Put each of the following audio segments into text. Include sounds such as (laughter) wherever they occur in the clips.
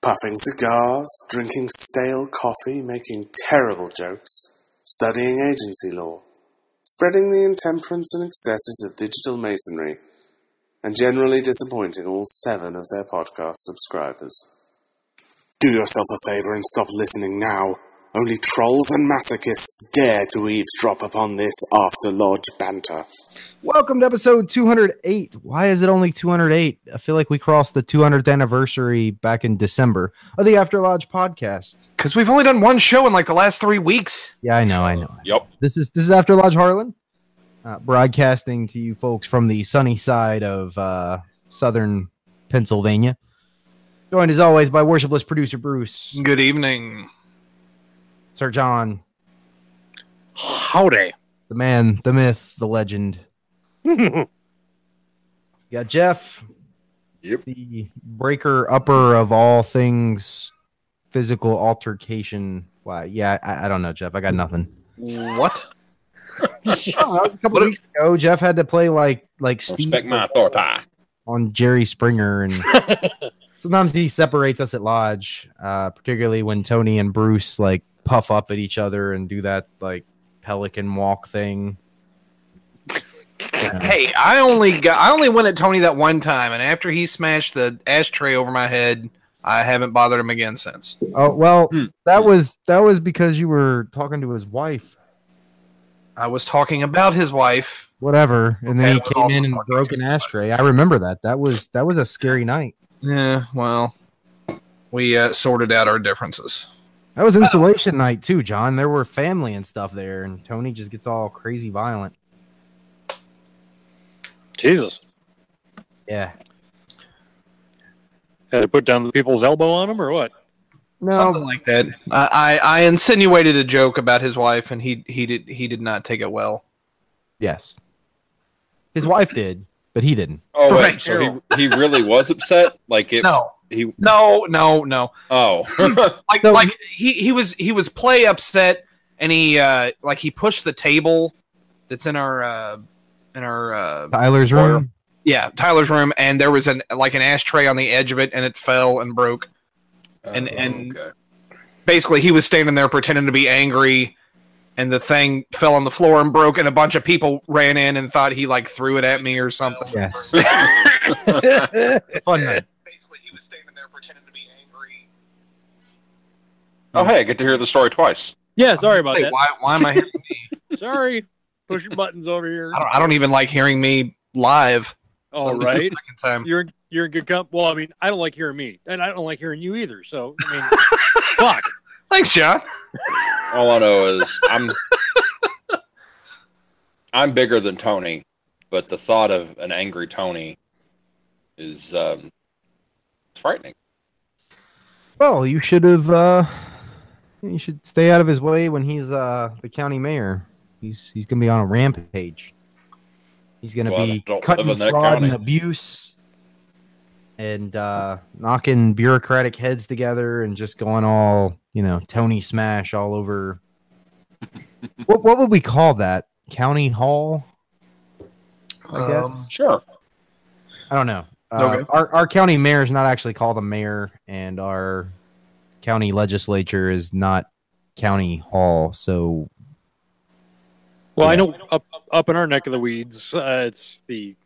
Puffing cigars, drinking stale coffee, making terrible jokes, studying agency law, spreading the intemperance and excesses of digital masonry, and generally disappointing all seven of their podcast subscribers. Do yourself a favor and stop listening now. Only trolls and masochists dare to eavesdrop upon this after lodge banter. Welcome to episode 208. Why is it only 208? I feel like we crossed the 200th anniversary back in December of the After Lodge podcast. Because we've only done one show in like the last three weeks. Yeah, I know, I know. Yep. This is this is After Lodge Harlan, uh, broadcasting to you folks from the sunny side of uh, southern Pennsylvania. Joined as always by worshipless producer Bruce, Good evening. Sir John, Howdy. the man, the myth, the legend. We got Jeff. Yep. The breaker upper of all things physical altercation. Why? Yeah, I, I don't know, Jeff. I got nothing. What? Oh, that was a couple What weeks ago. Jeff had to play like like Steve Respect my authority. on Jerry Springer, and sometimes he separates us at lodge, uh, particularly when Tony and Bruce like puff up at each other and do that like pelican walk thing. Yeah. Hey, I only got I only went at Tony that one time, and after he smashed the ashtray over my head, I haven't bothered him again since. Oh well, Hmm. that was that was because you were talking to his wife. I was talking about his wife. whatever. And Okay, then I he was came also in and talking broke to an you. ashtray. I remember that. That was that was a scary night. Yeah, well, we uh, sorted out our differences. That was insulation night too, John. There were family and stuff there, and Tony just gets all crazy violent. Jesus. Yeah. Had to put down the people's elbow on him or what? No, Something like that. I, I I insinuated a joke about his wife, and he he did he did not take it well. yes. His wife did, but he didn't. Oh, wait. Right. So he, he really was upset? Like it. No, He, no, no, no. oh. like So- like he, he was he was play upset and he uh like he pushed the table that's in our uh in our uh Tyler's room. yeah Tyler's room and there was an like an ashtray on the edge of it and it fell and broke And- Oh, and- okay. basically he was standing there pretending to be angry and the thing fell on the floor and broke and a bunch of people ran in and thought he like threw it at me or something (laughs) Yes. That's Fun night. basically he was standing there pretending to be angry oh, hey, I get to hear the story twice. (laughs) Yeah, sorry about Wait, that. why why am I hearing me Sorry. Pushing buttons over here. I don't, I don't even like hearing me live All right. Second time. You're you're in good comp. Well, I mean, I don't like hearing me, and I don't like hearing you either. So, I mean, (laughs) fuck. thanks John All I know is I'm. (laughs) I'm bigger than Tony, but the thought of an angry Tony is um, frightening. Well, you should have. uh You should stay out of his way when he's uh the county mayor. He's he's gonna be on a rampage. He's gonna Well, be I don't cutting live in that fraud and county. abuse, and uh knocking bureaucratic heads together, and just going all you know Tony Smash all (laughs) over. what what would we call that? County Hall? I guess? Um, Sure. (laughs) I don't know. Uh, Okay. Our our county mayor is not actually called a mayor, and our county legislature is not county hall. So Well, Yeah. I know up up in our neck of the weeds, uh, it's the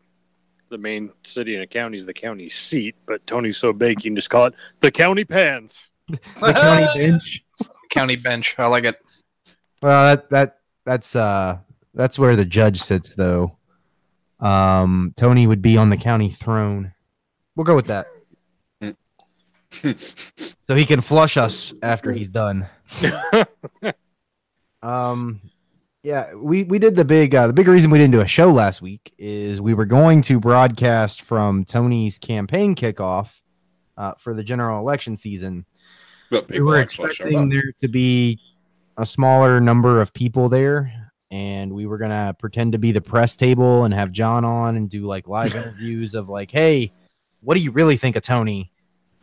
the main city and a county is the county seat, but Tony's so big you can just call it the county pans. the (laughs) county bench. county bench. I like it. Uh, Well, that that that's uh that's where the judge sits, though. Um, Tony would be on the county throne. We'll go with that, so he can flush us after he's done. Um, yeah, we we did the big uh, the big reason we didn't do a show last week is we were going to broadcast from Tony's campaign kickoff uh, for the general election season. but We people were actually showed up. expecting there to be a smaller number of people there, and we were gonna pretend to be the press table and have John on and do like live interviews of like, hey, what do you really think of Tony?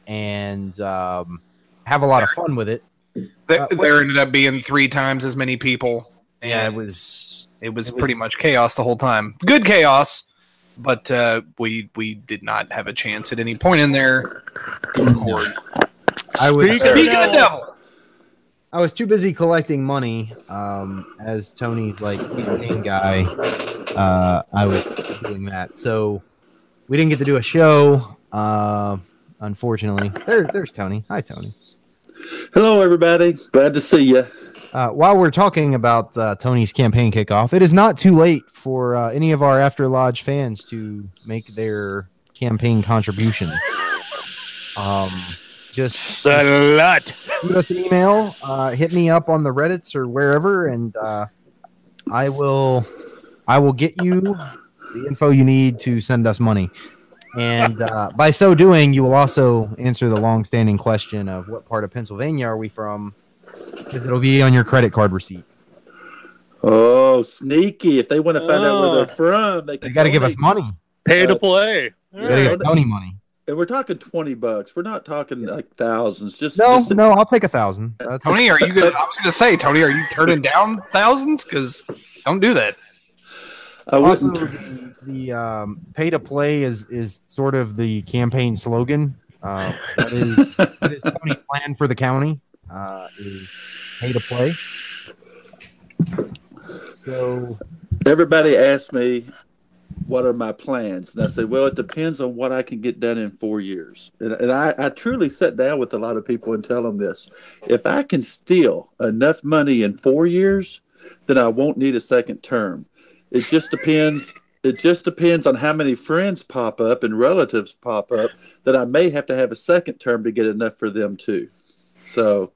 And um, have a lot of fun with it. Th- Uh, what- there ended up being three times as many people. And Yeah, it it was, was it pretty was- much chaos the whole time. Good chaos, but uh, we we did not have a chance at any point in there. to record. I was Speak of Speak of the devil. devil. I was too busy collecting money um, as Tony's like main guy. Uh, I was doing that, so we didn't get to do a show. Uh, unfortunately, there, there's Tony. Hi, Tony. Hello, everybody. Glad to see you. Uh, while we're talking about uh, Tony's campaign kickoff, it is not too late for uh, any of our After Lodge fans to make their campaign contributions. Um, just Salut. shoot us an email, uh, hit me up on the Reddits or wherever, and uh, I will I will get you the info you need to send us money. And uh, by so doing, you will also answer the long-standing question of what part of Pennsylvania are we from, because it'll be on your credit card receipt. Oh, sneaky. If they want to find out where Oh. they're from, they, They can got to give us donate. money. Pay Uh, to play. They got to Yeah. give Tony money. And we're talking 20 bucks. We're not talking like thousands. Just, No, just- no, I'll take a thousand. That's Tony, are you? Gonna, I was gonna say, Tony, are you turning down thousands? Because don't do that. I also wasn't. the, the um, pay to play is is sort of the campaign slogan. Uh, that is that is Tony's plan for the county uh, is pay to play. So Everybody asked me, what are my plans? And I said, well, it depends on what I can get done in four years. And, and I, I truly sat down with a lot of people and tell them this. If I can steal enough money in four years, then I won't need a second term. It just depends. It just depends on how many friends pop up and relatives pop up that I may have to have a second term to get enough for them too. So,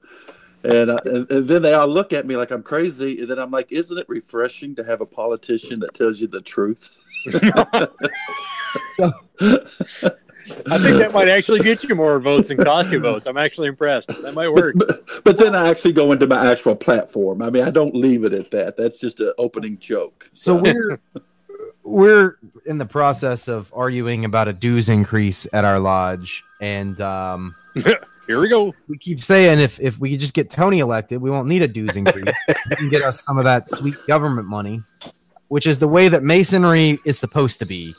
and, I, and and then they all look at me like I'm crazy, and then I'm like, isn't it refreshing to have a politician that tells you the truth? I think that might actually get you more votes than (laughs) cost you votes. I'm actually impressed. That might work. But, (laughs) but then I actually go into my actual platform. I mean, I don't leave it at that. That's just an opening joke. so we're we're in the process of arguing about a dues increase at our lodge, and um, Here we go. we keep saying if if we could just get Tony elected, we won't need a dues increase. you can get us some of that sweet government money, which is the way that masonry is supposed to be.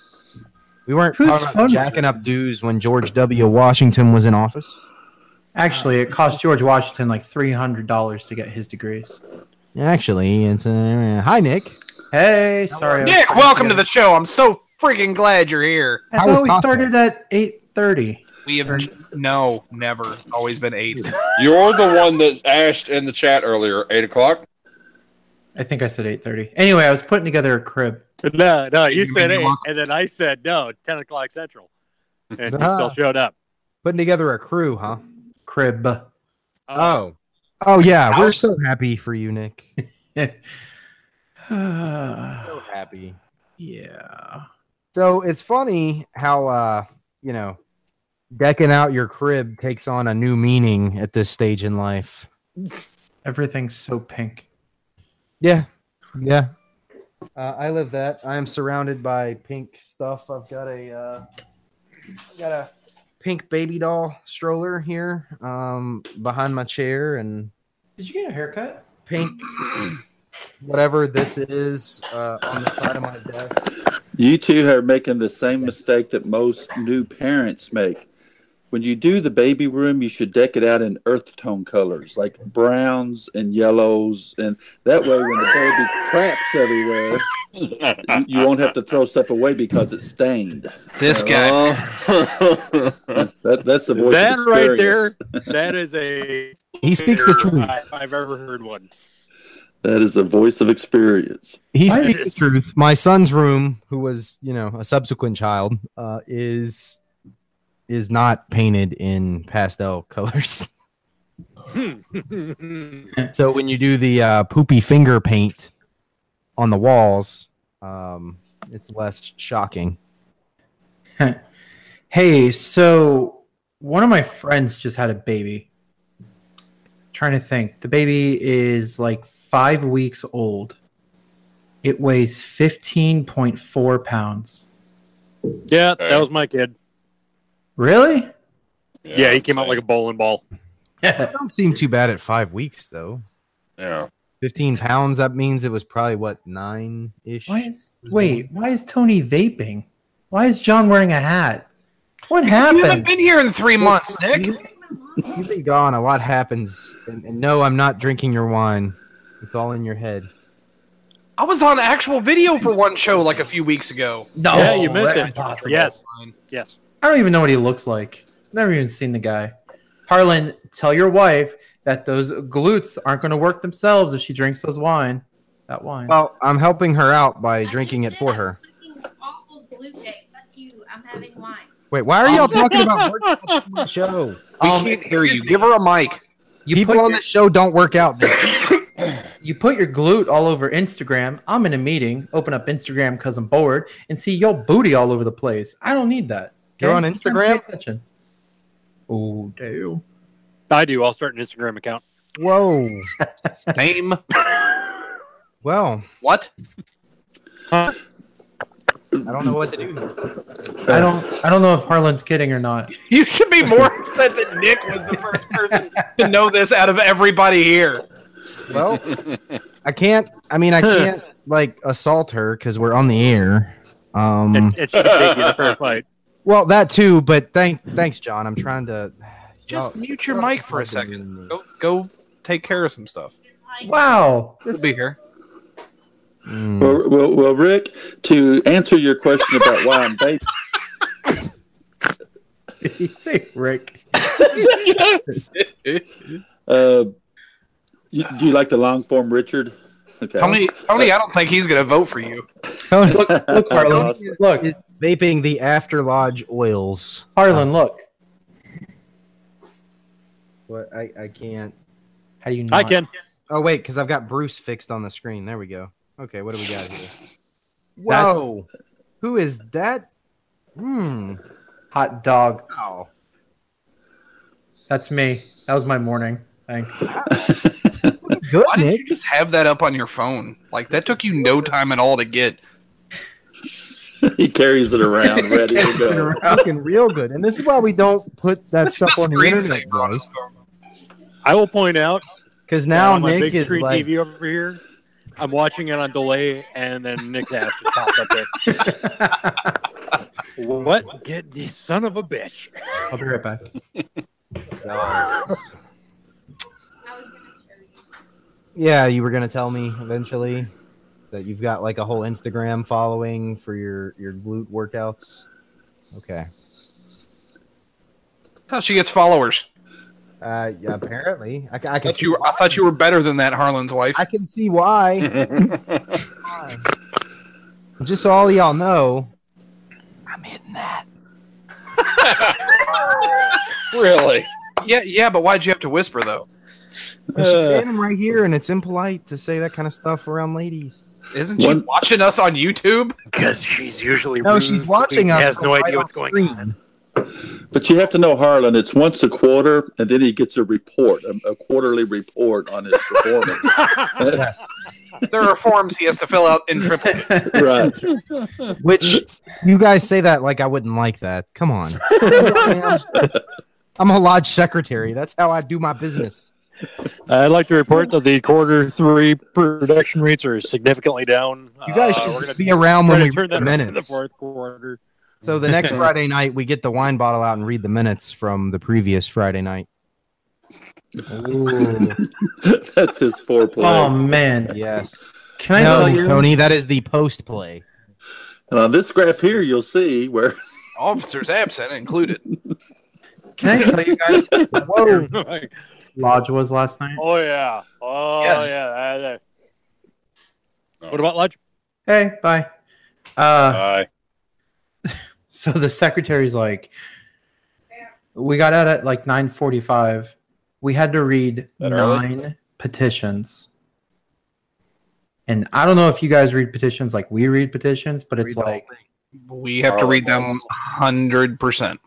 We weren't Who's talking about funding jacking up dues when George W. Washington was in office. Actually, it cost George Washington like three hundred dollars to get his degrees. Actually, it's uh, hi Nick. Hey, sorry, I was Nick, trying welcome get- to the show. I'm so freaking glad you're here. I How thought was we Costco? started at eight thirty. We have no, never, It's always been eight. You're the one that ashed in the chat earlier, eight o'clock. (laughs) I think I said eight thirty. Anyway, I was putting together a crib. No, no, you You mean said you eight, want- and then I said no, ten o'clock central, and he Ah. still showed up. Putting together a crew, huh? Crib. (laughs) (sighs) Uh, Oh yeah, we're so happy for you, Nick. Uh, happy. yeah. So it's funny how uh, you know, decking out your crib takes on a new meaning at this stage in life. Everything's so pink. Yeah, yeah. Uh, I live that. I am surrounded by pink stuff. I've got a, uh, I've got a pink baby doll stroller here um, behind my chair, and Did you get a haircut? pink (coughs) whatever this is uh, on the side of my desk. You two are making the same mistake that most new parents make. When you do the baby room, you should deck it out in earth tone colors, like browns and yellows, and that way, when the baby craps everywhere, you, you won't have to throw stuff away because it's stained. This guy. That, that's the voice that of right there, experience. that is a He speaks the better truth. I- if I've ever heard one. (laughs) That is the voice of experience. He Why speaks is- the truth. My son's room, who was you know a subsequent child, uh, is is not painted in pastel (laughs) colors. So when you do the uh, poopy finger paint on the walls, um, it's less shocking. Hey, so one of my friends just had a baby. trying to think. The baby is like five weeks old. It weighs fifteen point four pounds. Yeah, Okay. that was my kid. Really? Yeah, he came out like a bowling ball. I don't seem too bad at five weeks though. yeah. Fifteen pounds. That means it was probably what nine ish. Why is wait? Why is Tony vaping? Why is John wearing a hat? What happened? You haven't been here in three months, Nick. You've been gone. A lot happens. And, and no, I'm not drinking your wine. It's all in your head. I was on actual video for one show like a few weeks ago. no, yeah, you missed that's it. Impossible. Yes, yes. I don't even know what he looks like. Never even seen the guy. Harlan, tell your wife that those glutes aren't going to work themselves if she drinks those wine. That wine. Well, I'm helping her out by drinking it for her. Wait, why are y'all talking about working out (laughs) on the show? We Um, can't hear you. Give her a (laughs) mic. you put People on your, the show don't work out. Nick. you put your glute all over Instagram. I'm in a meeting. Open up Instagram because I'm bored and see your booty all over the place. I don't need that. You're on Pay Instagram? Attention. Oh, damn. I do. I'll start an Instagram account. Whoa. Name Well, what? Mm. I don't know what to do. here. I don't. I don't know if Harlan's kidding or not. You should be (laughs) more upset that Nick was the first person to know this out of everybody here. Well, (laughs) I can't. I mean, I can't like assault her because we're on the air. Um, (laughs) It, it should take you to fair fight. (laughs) Well, that too, but thank thanks, John. I'm trying to Just Y'all- mute your y'all mic for a fucking- second. Go, go take care of some stuff. Wow. We'll be here. Mm. Well, well, well, Rick, to answer your question about why I'm vaping, (laughs) Did he say Rick? uh, you, do you like the long form, Richard? Okay. Tony, Tony, I don't think he's gonna vote for you. Tony Look, look, Harlan. Lost it. Look, is vaping the After Lodge oils. Harlan. Look. What I, I can't. How do you? Not? I can. Oh wait, because I've got Bruce fixed on the screen. There we go. Okay, what do we got here? That's- Whoa, who is that? Hmm. Hot dog. Wow. That's me. That was my morning. Thank. Good Why did Nick. you just have that up on your phone? Like that took you no time at all to get. (laughs) he carries it around, ready to go. Looking real good, and this is why we don't put that That's the stuff on the internet screensaver on his phone. I will point out because now on my Nick big is screen like, TV over here. I'm watching it on delay, and then Nick's ass just popped up (laughs) there. what? Get the son of a bitch! I'll be right back. Yeah, you were gonna tell me eventually that you've got like a whole Instagram following for your your glute workouts. Okay. That's how she gets followers. Uh, yeah, apparently, I, ca- I I can thought see you were, I thought you were better than that, Harlan's wife. I can see why. Why? Just so all y'all know, I'm hitting that. really? Yeah, yeah, but why'd you have to whisper though? She's standing right here, and it's impolite to say that kind of stuff around ladies. Isn't she One- watching us on YouTube? Because she's usually No, she's watching us. Has from no right idea on what's going screen. on. But you have to know Harlan. It's once a quarter, and then he gets a report, a, a quarterly report on his performance. (laughs) There are forms he has to fill out in (laughs) triplicate. (laughs) right. Which you guys say that like I wouldn't like that. Come on. I'm a lodge secretary. That's how I do my business. I'd like to report that the quarter three production rates are significantly down. You guys Uh, should we're gonna be around try when to we turn read the that around in the minutes. fourth quarter. (laughs) So the next Friday night, we get the wine bottle out and read the minutes from the previous Friday night. (laughs) That's his foreplay. Oh man. (laughs) Yes. Can I No, tell you? Tony, that is the post play. and on this graph here, you'll see where Officers absent included. Can I tell you guys? what (laughs) oh lodge was last night. yeah. Oh Yes. yeah. Uh, there. What about lunch? Hey, bye. Uh, Hi. so the secretary's like we got out at like 9.45 we had to read That early? nine petitions and i don't know if you guys read petitions like we read petitions but it's like We have to read them hundred percent.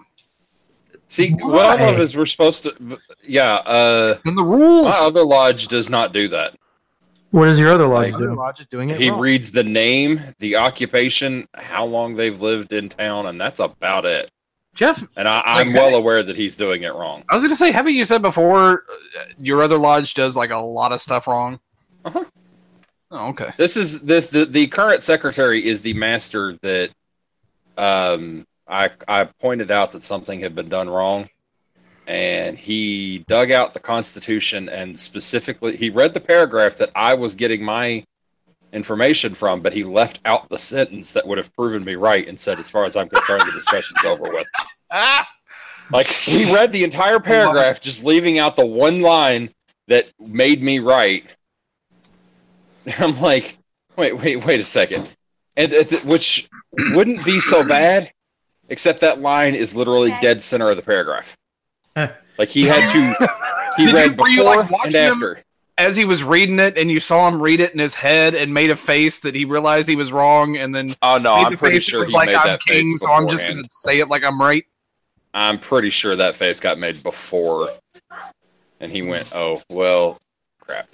See, what I love Why? is we're supposed to. Yeah, uh, Then the rules. my other lodge does not do that. What does your other lodge Other do? lodge is doing it He wrong. reads the name, the occupation, how long they've lived in town, and that's about it. Jeff, And I, I'm Okay. well aware that he's doing it wrong. I was going to say, haven't you said before uh, your other lodge does like a lot of stuff wrong? Uh-huh. Oh, okay. This is this the, the current secretary is the master that um I I pointed out that something had been done wrong and he dug out the constitution and specifically he read the paragraph that I was getting my information from but he left out the sentence that would have proven me right and said as far as I'm concerned the discussion's over with. Ah, (laughs) Like he read the entire paragraph, just leaving out the one line that made me right. (laughs) I'm like, wait, wait, wait a second, and uh, th- which wouldn't be so bad, except that line is literally dead center of the paragraph. like he had to, he Did you- read were you, like, before watching and him? after. as he was reading it, and you saw him read it in his head and made a face that he realized he was wrong, and then Oh no, made I'm the pretty face that sure was he like, made "I'm that king," face so I'm just going beforehand. to say it like I'm right. I'm pretty sure that face got made before, and he went, "Oh well, crap."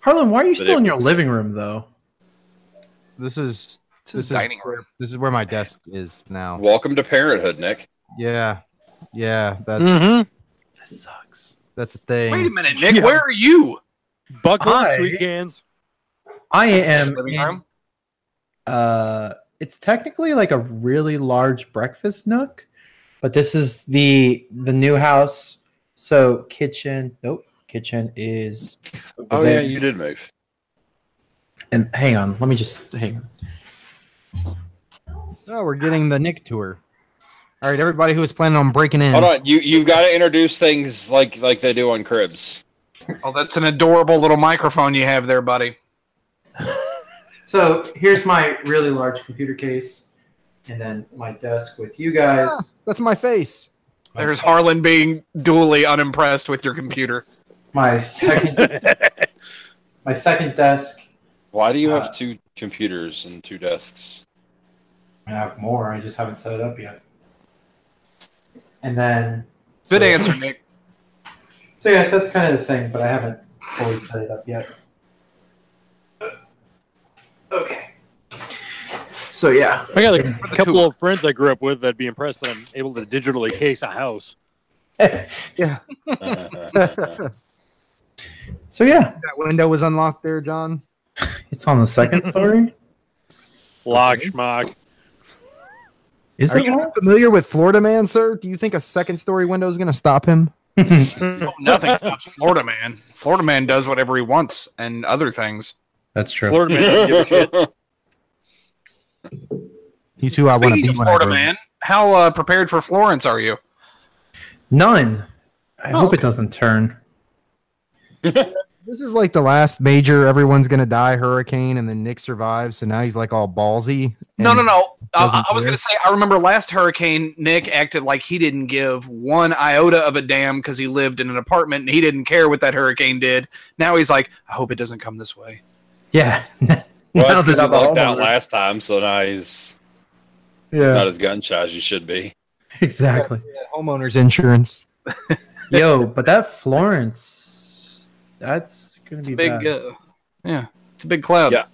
Harlan, why are you But still it in your was- living room thoom This is This this is is dining where, This is where my desk is now. Welcome to parenthood, Nick. Yeah, yeah. That's Mm-hmm. This sucks. that's a thing. Wait a (laughs) minute, Nick, Yeah. where are you? Buckle up, Hi. sweet (laughs) cans. I am. Living in- room? uh, it's technically like a really large breakfast nook, but this is the the new house. So kitchen, nope, kitchen is. over Oh yeah, there. you did move. And hang on, let me just hang. on. Oh, we're getting the Nick tour. All right, everybody who was planning on breaking in. Hold on, you you've got to introduce things like like they do on Cribs. Oh, that's an adorable little microphone you have there, buddy. So here's my really large computer case, and then my desk with you guys. Ah, that's my face. My- There's Harlan being duly unimpressed with your computer. my second, my second desk. Why do you have Uh, two computers and two (laughs) desks? I have more. I just haven't set it up yet. And then. Good so- answer, Nick. So yes, that's kind of the thing, but I haven't fully set it up yet. Okay. So yeah. I got a couple of friends I grew up with that'd be impressed that I'm able to digitally case a house. (laughs) That's So yeah, That window was unlocked there, John. it's on the second story. Lock schmock. Is Are you not familiar with Florida Man, sir? Do you think a second story window is going to stop him? Oh, (laughs) nothing stops Florida man. Florida man does whatever he wants and other things. That's true. Florida man doesn't give a (laughs) shit. He's who I want to Speaking be. of when I Florida grow up. man, how uh, prepared for Florence are you? None. I Oh, hope it okay. doesn't turn. This is like the last major everyone's going to die hurricane, and then Nick survives. So now he's like all ballsy. No, and- no, no. I, doesn't I was care. going to say, I remember last hurricane, Nick acted like he didn't give one iota of a damn because he lived in an apartment and he didn't care what that hurricane did. Now he's like, I hope it doesn't come this way. Yeah. (laughs) well, well, that's because he (laughs) lucked out last time, so now he's, he's not as gun shy as you should be. exactly. Homeowners insurance. Yo, but that Florence, that's gonna be Big, bad. uh, yeah, it's a big cloud. Yeah.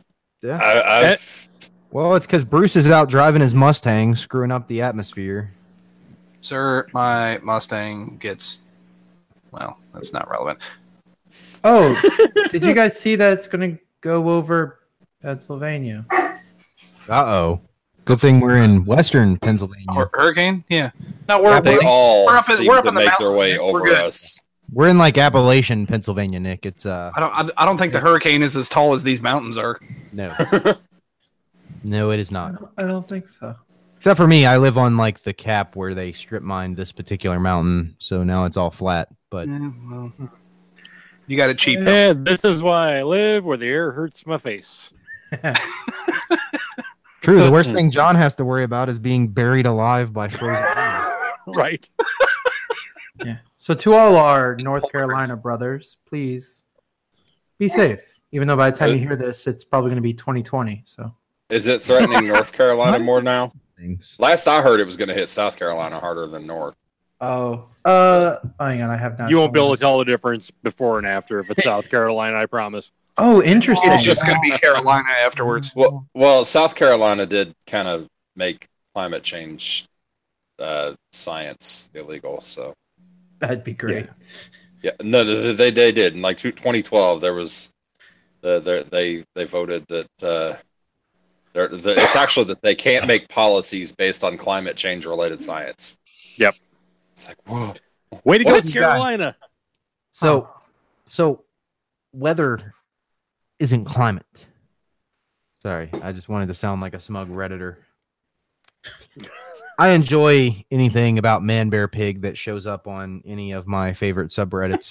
Yeah. Eh, I, I've, Well, it's because Bruce is out driving his Mustang, screwing up the atmosphere. Sir, my Mustang gets. Well, that's not relevant. (laughs) Oh, did you guys see that it's going to go over Pennsylvania? Uh oh. Good thing we're in Western Pennsylvania. Hur- Hurricane? Yeah. No, we're, they we're, all we're up in- seem we're up to in the make their mountains, way Nick. We're over good. us. We're in like Appalachian, Pennsylvania, Nick. It's uh I don't. I, I don't think the hurricane is as tall as these mountains are. no. (laughs) no, it is I not. don't, I don't think (laughs) so. Except for me, I live on like the cap where they strip mine this particular mountain, so now it's all flat. But Yeah, well, you got it cheap. though. Yeah, this is why I live where the air hurts my face. true, the worst thing John has to worry about is being buried alive by frozen. lava. (laughs) Right. Yeah. So to all our North Carolina brothers, please be safe. Even though by the time you hear this, it's probably going to be 2020. So Is (laughs) it threatening North Carolina more now? Things. Last I heard, it was going to hit South Carolina harder than North. Oh, uh, hang on, I have not. You won't be seen able this. to tell the difference before and after if it's South Carolina. I promise. Oh, interesting. It's just going to be Carolina afterwards. Well, well, South Carolina did kind of make climate change uh, science illegal. So That'd be great. yeah, no, they they, they did. In like 2012, there was the, the they they voted that uh, they're, the, it's actually that they can't make policies based on climate change related science. Yep. It's like whoa. Way to What? go, South Carolina! So, so weather isn't climate. Sorry, I just wanted to sound like a smug redditor. I enjoy anything about man, bear, pig that shows up on any of my favorite subreddits.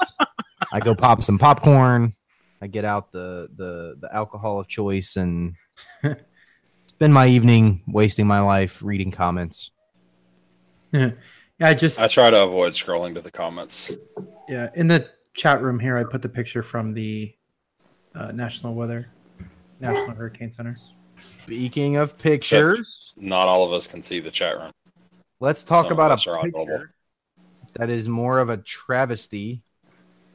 I go pop some popcorn. I get out the the the alcohol of choice and spend my evening wasting my life reading comments. Yeah, I just I try to avoid scrolling to the comments. yeah in the chat room here, I put the picture from the uh, National Weather National Hurricane Center. Speaking of pictures, Not all of us can see the chat room. let's talk some about thoughts a are picture. audible. that is more of a travesty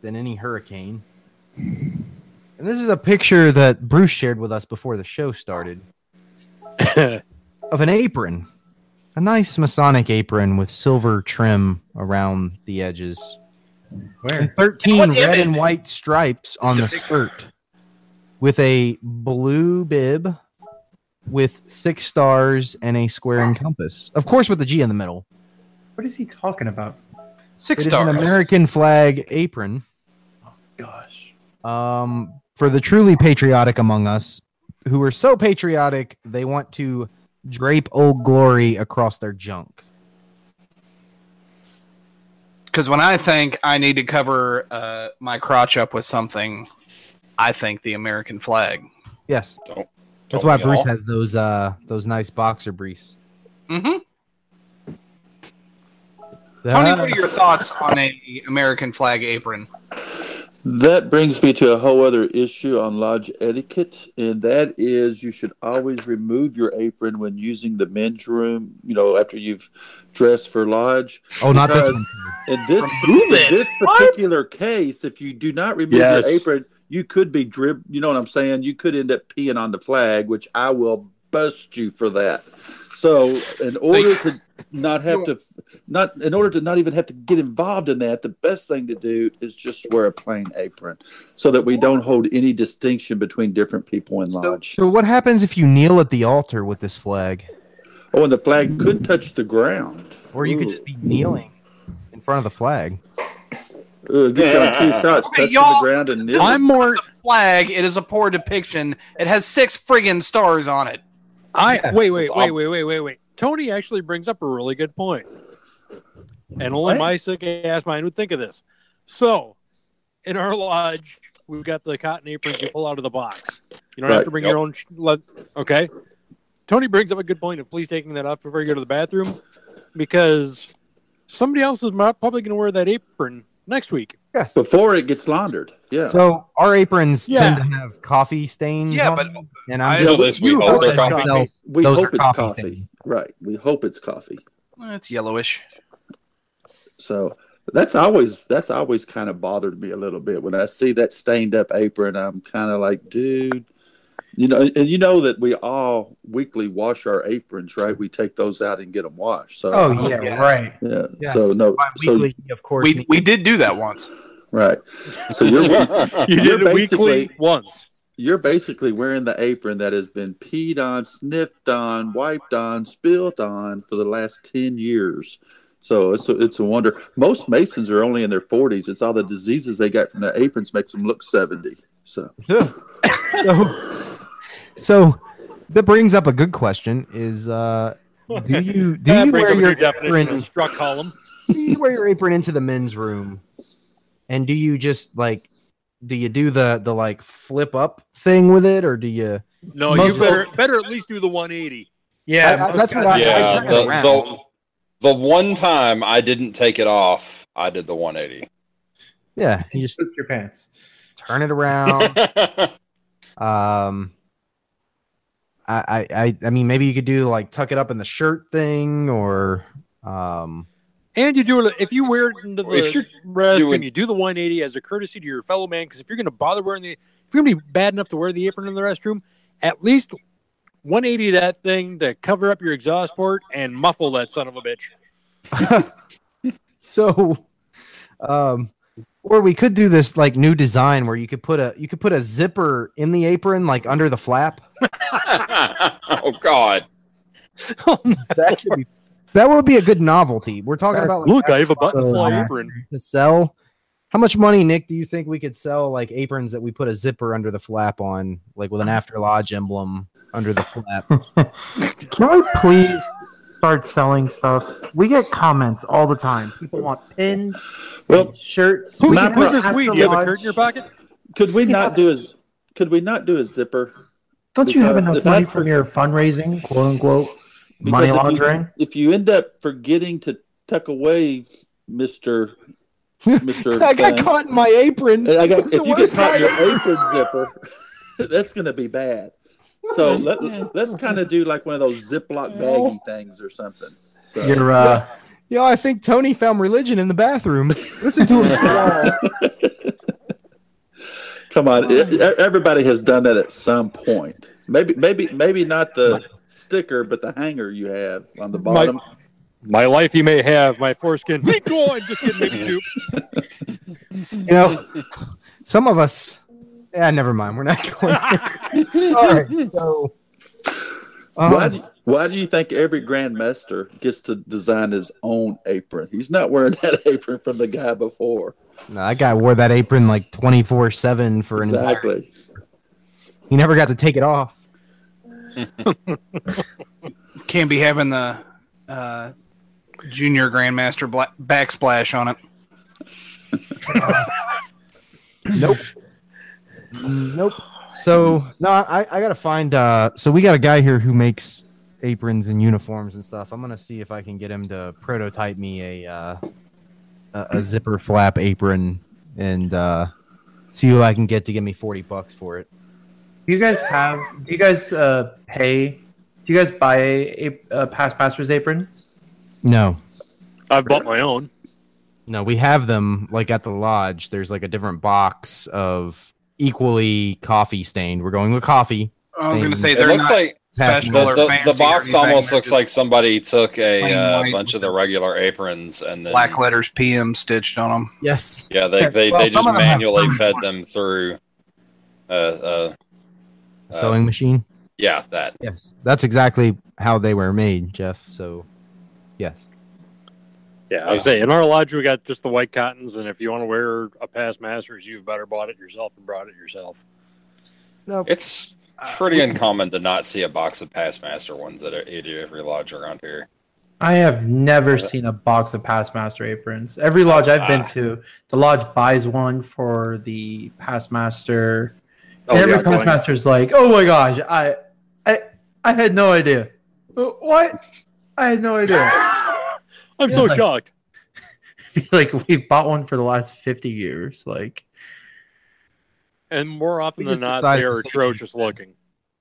than any hurricane. And this is a picture that Bruce shared with us before the show started of an apron, a nice Masonic apron with silver trim around the edges, and Where? 13 What red image? and white stripes on the skirt, with a blue bib with six stars and a square and compass. Of course, with the G in the middle. What is he talking about? Six It is an stars. American flag apron. Gosh. um, for the truly patriotic among us who are so patriotic they want to drape old glory across their junk. Because when I think I need to cover uh, my crotch up with something, I think the American flag. Yes, that's Don't why we Bruce all? has those uh those nice boxer briefs. hmm Tony, Ah, what are your thoughts on a American flag apron? That brings me to a whole other issue on lodge etiquette, and that is you should always remove your apron when using the men's room, you know, after you've dressed for lodge. oh, not this Because- one. In this, Remove it? in this What? particular case, if you do not remove Yes. your apron, you could be drip. You know what I'm saying? You could end up peeing on the flag, which I will bust you for that. So, in order to not have to, not in order to not even have to get involved in that, the best thing to do is just wear a plain apron, so that we don't hold any distinction between different people in lodge. So what happens if you kneel at the altar with this flag, Oh, and the flag could touch the ground. or you could Ooh. just be kneeling in front of the flag? Ugh, get you on two shots, Okay, touching the y'all, ground, and This kneeling. is I'm more. Flag. It is a poor depiction. It has six friggin' stars on it. I Yeah. wait, wait, It's wait, ob- wait, wait, wait, wait. Tony actually brings up a really good point, and only What? my sick ass mind would think of this. So, in our lodge, we've got the cotton aprons you pull out of the box. You don't have Right, to bring yep. your own. Sh- le- okay. Tony brings up a good point of please taking that off before you go to the bathroom, because somebody else is mo- probably going to wear that apron next week. Yes. before it gets laundered. Yeah. So our aprons Yeah. tend to have coffee stains. Yeah, on but- them, and I- I'm Until just this week, you all their voted coffee- on- myself, we those hope are it's coffee coffee. stains. Right. We hope it's coffee. Eh, It's yellowish. So that's always that's always kind of bothered me a little bit when I see that stained up apron. I'm kind of like, dude, you know, and you know that we all weekly wash our aprons, right? We take those out and get them washed. So Oh yeah, yes. right. yeah. Yes. So no, By so weekly, of course. We means- we did do that once. right. (laughs) So you're You You're did it weekly basically- once. you're basically wearing the apron that has been peed on, sniffed on, wiped on, spilled on for the last 10 years. So it's a, it's a wonder. Most Masons are only in their 40s. It's all the diseases they got from their aprons makes them look 70. So so, (laughs) so that brings up a good question: Is uh, do (laughs) you do That you brings wear up a your new definition apron? of struck column? Do you wear your apron into the men's room, and do you just like do you do the the like flip up thing with it, or do you? No, Most you better better at least do the 180. Yeah, I- I- that's what I- yeah, turn it the, around. the, the one time I didn't take it off, I did the (laughs) 180. Yeah, you just your pants. turn it (laughs) around. Oh, um, I I I- I mean, maybe you could do like tuck it up in the shirt thing, or um, And you do it if you wear it into the If you're rest doing- and you do the 180 as a courtesy to your fellow man. Because if you're going to bother wearing the, if you're going to be bad enough to wear the apron in the restroom, at least 180 that thing to cover up your exhaust port and muffle that son of a bitch. so um or we could do this like new design where you could put a you could put a zipper in the apron like under the flap oh God! that could be (laughs) that would be a good novelty we're talking about like, Look, I have a button actual, fly uh, apron. to sell how much money nick do you think we could sell like aprons that we put a zipper under the flap on like with an after lodge emblem under the flap Can we please start selling stuff? We get comments all the time. People want pins, Well, shirts. Who, We My have who's pro- this weed? after Do you have a lodge. curd in your pocket? could we not do a z- could we not do a zipper? Don't you have Because enough if I money put- from your fundraising, quote unquote, Because money if you- laundering? If you end up forgetting to tuck away, Mister (laughs) Mister, uh, i got caught in my apron I got, It's the if you get worst caught in night your apron zipper, (laughs) that's going to be bad. So let, let's kind of do like one of those Ziploc baggy things or something. So, Your uh, Yeah, I think Tony found religion in the bathroom. Listen to him. squall. Come on, e- everybody has done that at some point. Maybe, maybe, maybe not the sticker, but the hanger you have on the My- bottom. My life you may have, my foreskin. Me go, I'm just kidding. Maybe two. you know, (laughs) some of us. Yeah, never mind. We're not going. (laughs) There. All right. So, um, why, do, why do you think every grandmaster gets to design his own apron? He's not wearing (laughs) that apron from the guy before. no, that guy wore that apron like twenty four seven for an. Exactly. He never got to take it off. Can't be having the uh, junior grandmaster bla- backsplash on it. Nope. So no, I, I gotta find. Uh, so we got a guy here who makes aprons and uniforms and stuff. I'm gonna see if I can get him to prototype me a uh, a, a zipper flap apron and uh, see who I can get to give me forty bucks for it. Do you guys have? Do you guys uh, pay? Do you guys buy a, a, a past pastor's apron? No, (laughs) I've bought my own. no, we have them like at the lodge. There's like a different box of equally coffee stained. We're going with coffee. I was Same. gonna say It they're looks not like the, Fashionable or the, the fancy or box anything, almost they're looks just like somebody took a plain uh, white. bunch of the regular aprons and then black letters PM stitched on them. Yes. yeah, they they, Well, they some just of them have manually permanent fed ones. them through. Uh, uh, uh, Sewing machine. yeah, that. Yes, that's exactly how they were made, Jeff. So, yes. Yeah, I say in our lodge we got just the white cottons, and if you want to wear a past masters, you've better bought it yourself and brought it yourself. No. It's pretty uncommon to not see a box of Passmaster ones at either every lodge around here. I have never seen a box of past master aprons. Every lodge I've been to, the lodge buys one for the past master. Oh, and every yeah, past going- master's like, "Oh my gosh, I, I, I had no idea. Uh, What? I had no idea." (laughs) I'm so Yeah. shocked. like we've bought one for the last fifty years. Like And more We often than just not, decided they to are say- atrocious looking.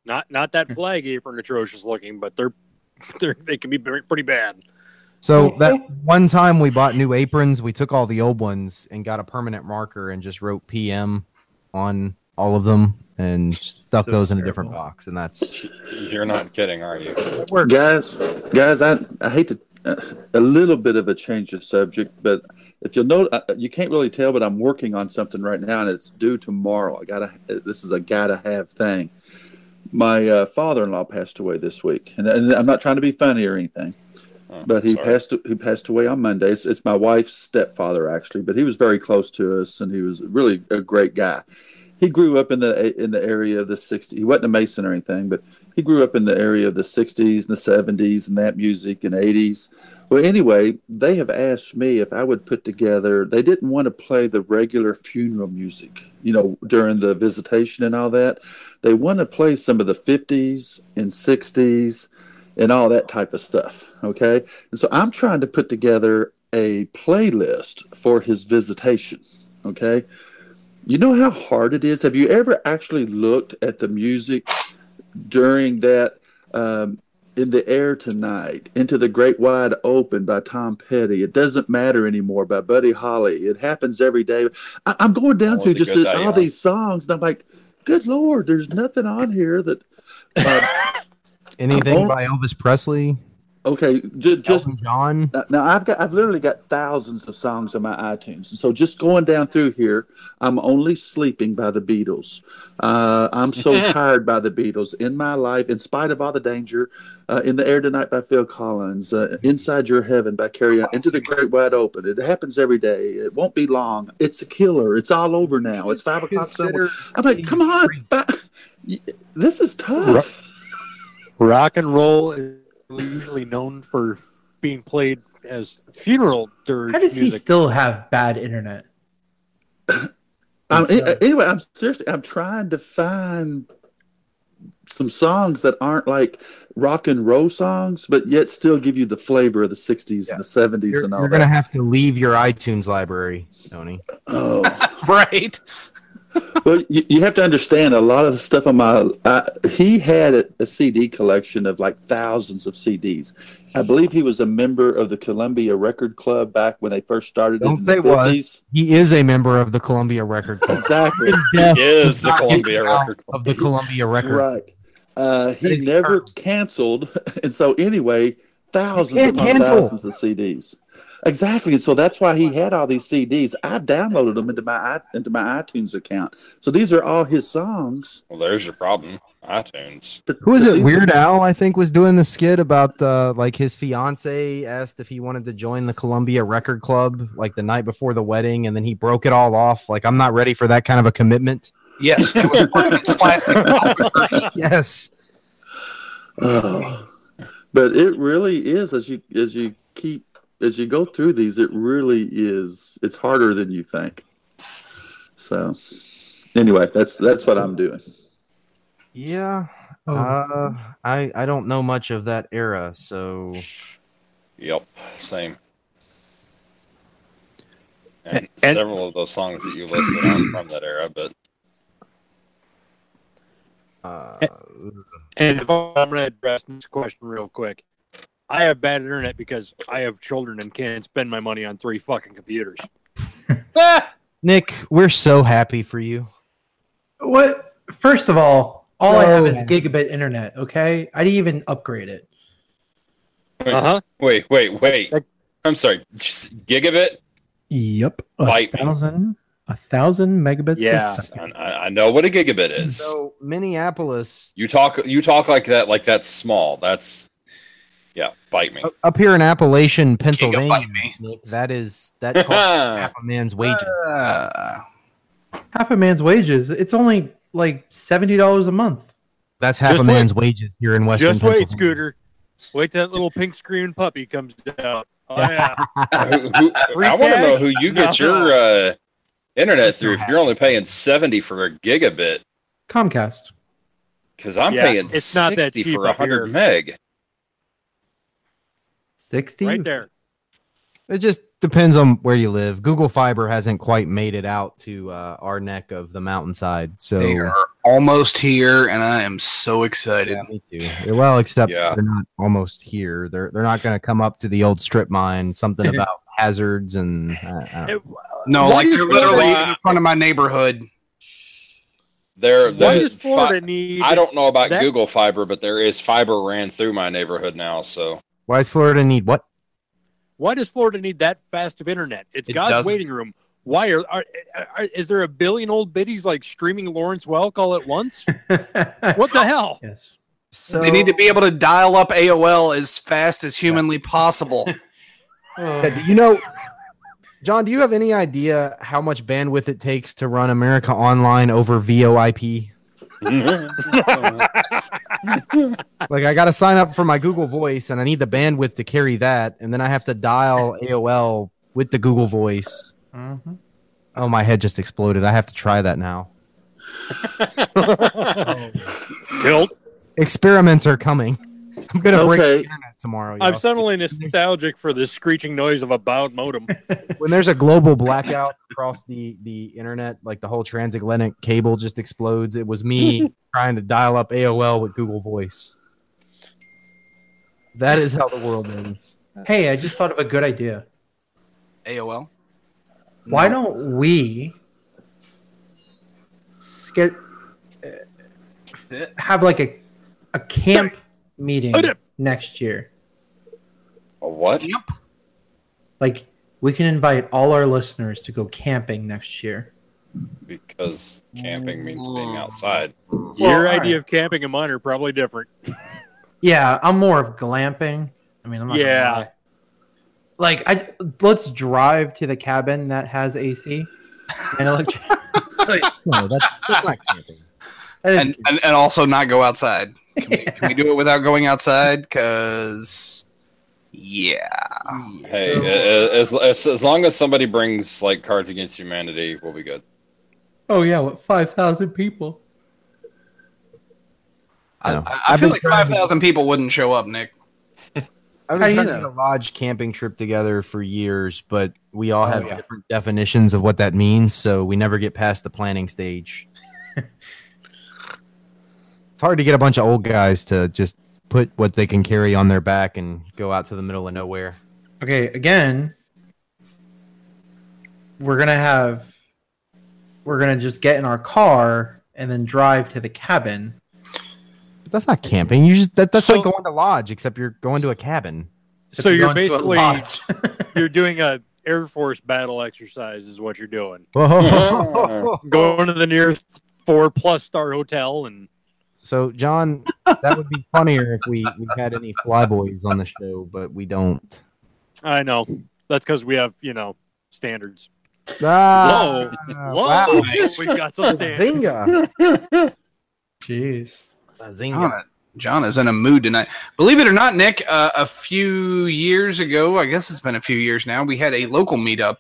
Not not that flag apron atrocious looking, but they're, (laughs) they're they can be very- pretty bad. So that one time we bought new aprons, we took all the old ones and got a permanent marker and just wrote PM on all of them and stuck So those in a terrible. different box, and that's You're not kidding, are you? Guys, guys, I, I hate to uh, a little bit of a change of subject, but if you'll note, uh, you can't really tell, but I'm working on something right now, and it's due tomorrow. I gotta. This is a gotta have thing. My uh, father-in-law passed away this week, and, and I'm not trying to be funny or anything, Oh, but he sorry. passed he passed away on Monday. It's, it's my wife's stepfather actually, but he was very close to us, and he was really a great guy. He grew up in the in the area of the 60s. He wasn't a mason or anything, but he grew up in the area of the 60s and the 70s and that music and 80s. Well, anyway, they have asked me if I would put together, they didn't want to play the regular funeral music, you know, during the visitation and all that. They want to play some of the 50s and 60s and all that type of stuff. Okay. And so I'm trying to put together a playlist for his visitation. Okay. You know how hard it is? Have you ever actually looked at the music during that um, in the air tonight, into the great wide open by Tom Petty. It doesn't matter anymore by Buddy Holly. It happens every day. I, I'm going down All to the just good the- all dialogue. these songs, and I'm like, good lord, there's nothing on here that. Uh, (laughs) Anything Oh. by Elvis Presley, okay, ju- just Elton John. now, now I've got I've literally got thousands of songs on my iTunes. So just going down through here, I'm only sleeping by the Beatles. Uh, I'm so tired by the Beatles. In my life, in spite of all the danger, uh, in the air tonight by Phil Collins, uh, Inside Your Heaven by Carrie, On, Into the Great Wide Open. It happens every day. It won't be long. It's a killer. It's all over now. It's five o'clock somewhere. I'm like, come on, fi- (laughs) this is tough. Rock and roll is usually known for being played as funeral dirge How does he music. still have bad internet? I'm, uh, a- anyway, I'm seriously, I'm trying to find some songs that aren't like rock and roll songs, but yet still give you the flavor of the '60s and the '70s You're, and all you're that. gonna have to leave your iTunes library, Tony. Oh, (laughs) Right. well, you, you have to understand a lot of the stuff on my. I, he had a, a CD collection of like thousands of CDs. I believe he was a member of the Columbia Record Club back when they first started. Don't in say the was. He is a member of the Columbia Record (laughs) 50s. Club. Exactly. Death is (laughs) the not get Columbia you out Record Club. of the Columbia Record. Right. Uh, That he is never eternal. canceled, (laughs) and so anyway, thousands can't upon cancel. thousands of CDs. Exactly, and so that's why he had all these CDs. I downloaded them into my i- into my iTunes account. So these are all his songs. Well, there's your problem. iTunes. but- Who is but it? these- Weird Al, I think, was doing the skit about uh, like his fiance asked if he wanted to join the Columbia Record Club like the night before the wedding, and then he broke it all off. Like, I'm not ready for that kind of a commitment. (laughs) Yes, that was part of his classic. (laughs) (laughs) Yes. Oh. But it really is as you as you keep as you go through these. It really is. It's harder than you think. So anyway, that's that's what I'm doing. Yeah. Oh. Uh, I I don't know much of that era, so Yep, same. And, And- several of those songs that you listed are from that era, but uh, And if I'm going to address this question real quick, I have bad internet because I have children and can't spend my money on three fucking computers. Ah! Nick, we're so happy for you. What? First of all, all I have is So- gigabit internet. Okay, I didn't even upgrade it. Wait. Uh huh. wait, wait, wait. Like- I'm sorry, just gigabit. Yep, a Lightning. thousand, a thousand megabits. a Yeah. second. I, I I know what a gigabit is. So Minneapolis you talk, you talk like that, like that's small. That's yeah, bite me. Oh. (laughs) u- up here in Appalachian, Pennsylvania. bite me. Nick, that is that (laughs) costs half a man's wages. Uh, half a man's wages. It's only like seventy dollars a month. That's half Just a wait. man's wages here in Western Just wait, Pennsylvania. Scooter. Wait till that little pink screaming puppy comes out. Oh, yeah. Who- who- Free I want to cash? know who you get No. your uh, internet through. If you're only paying seventy for a gigabit, Comcast. because I'm Yeah, paying it's not that sixty cheap for a up here. hundred meg. Sixty. right (laughs) there. It just depends on where you live. Google Fiber hasn't quite made it out to uh, our neck of the mountainside, so they are almost here, and I am so excited. Yeah, me too. Yeah, Well, except Yeah. they're not almost here. They're they're not going to come up to the old strip mine. (laughs) Something about hazards and uh, I don't- No, Why like does they're literally Florida- in front of my neighborhood. There, Why there's does Florida need? I don't know about That's- Google Fiber, but there is fiber ran through my neighborhood now. So why does Florida need what? Why does Florida need that fast of internet? It's It God's doesn't. waiting room. Why are, are, are is there a billion old biddies like streaming Lawrence Welk all at once? What the hell? (laughs) yes. So they need to be able to dial up AOL as fast as humanly possible. (laughs) Yeah, do you know, John, do you have any idea how much bandwidth it takes to run America Online over VoIP? Like, I got to sign up for my Google Voice, and I need the bandwidth to carry that, and then I have to dial AOL with the Google Voice. Mhm. Oh, my head just exploded. I have to try that now. Tilt. Experiments are coming. I'm gonna break the Okay. internet tomorrow. I'm y'all. suddenly nostalgic for the screeching noise of a bowed modem. when there's a global blackout across the the internet, like the whole transatlantic cable just explodes. It was me trying to dial up AOL with Google Voice. That is how the world ends. Hey, I just thought of a good idea. AOL. Why don't we get have like a a camp meeting Put it- next year? A what? Like we can invite all our listeners to go camping next year. Because camping means being outside. Your all idea of camping and mine are probably different. Yeah, I'm more of glamping. I mean, I'm not gonna Yeah. lie. Like I let's drive to the cabin that has AC and electric. (laughs) No, that's, that's not camping. that is And, and and also not go outside. Can we, can we do it without going outside? Cause yeah, (laughs) Hey, uh, a- a- as, as as long as somebody brings like Cards Against Humanity, we'll be good. Oh yeah, what five thousand people? I, No. I, I I've feel been like trying five to- thousand people wouldn't show up, Nick. I've How do been you trying to know? get a lodge camping trip together for years, but we all Oh, have yeah. different definitions of what that means, so we never get past the planning (laughs) stage. it's hard to get a bunch of old guys to just put what they can carry on their back and go out to the middle of nowhere. Okay, again, we're gonna have we're gonna just get in our car and then drive to the cabin. But that's not camping. You just that, that's So- like going to lodge, except you're going to a (laughs) cabin. So you're basically basically you're doing a Air Force battle exercise, is what you're doing. Whoa. Going to the nearest four plus star hotel and so John, that would be funnier if we, we had any flyboys on the show, but we don't. I know that's because we have you know standards. Ah, Whoa, wow. (laughs) we've got some standards. Zinga. (laughs) Jeez. Zinga. John, John is in a mood tonight. Believe it or not, Nick, uh, a few years ago, I guess it's been a few years now, we had a local meetup,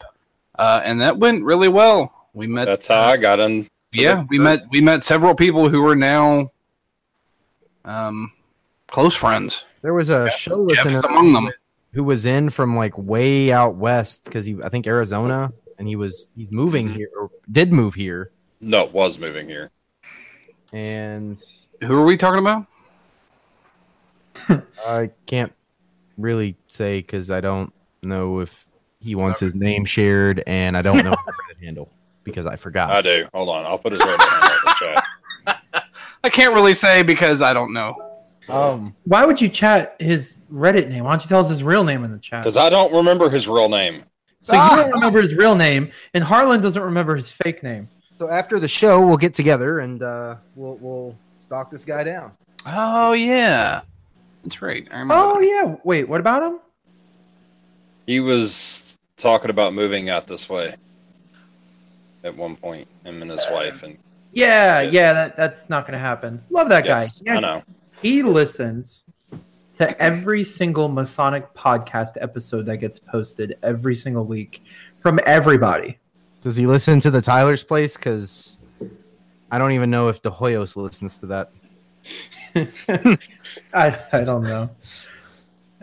uh, and that went really well. We met. That's how I got in. yeah, we met. We met several people who are now, um, close friends. There was a show Jeff listener is among them. who was in from like way out west because he, I think Arizona, and he was he's moving Mm-hmm. here or did move here, No, was moving here. and Who are we talking about? I can't really say because I don't know if he wants his name shared, and I don't know (laughs) his Reddit handle because I forgot. I do. Hold on. I'll put his right down in the (laughs) chat. I can't really say because I don't know. um, Why would you chat his Reddit name? Why don't you tell us his real name in the chat? Because I don't remember his real name. So Ah! you don't remember his real name, and Harlan doesn't remember his fake name. so after the show, we'll get together and uh, we'll we'll stalk this guy down. Oh yeah, that's right. I remember. Oh yeah. Wait, what about him? He was talking about moving out this way at one point, him and his wife. And Yeah, yeah, Yes. that, that's not gonna happen. Love that yes, guy. I Yeah, know. he listens to every single Masonic podcast episode that gets posted every single week from everybody. Does he listen to the Tyler's place? Because I don't even know if De Hoyos listens to that. I, I don't know.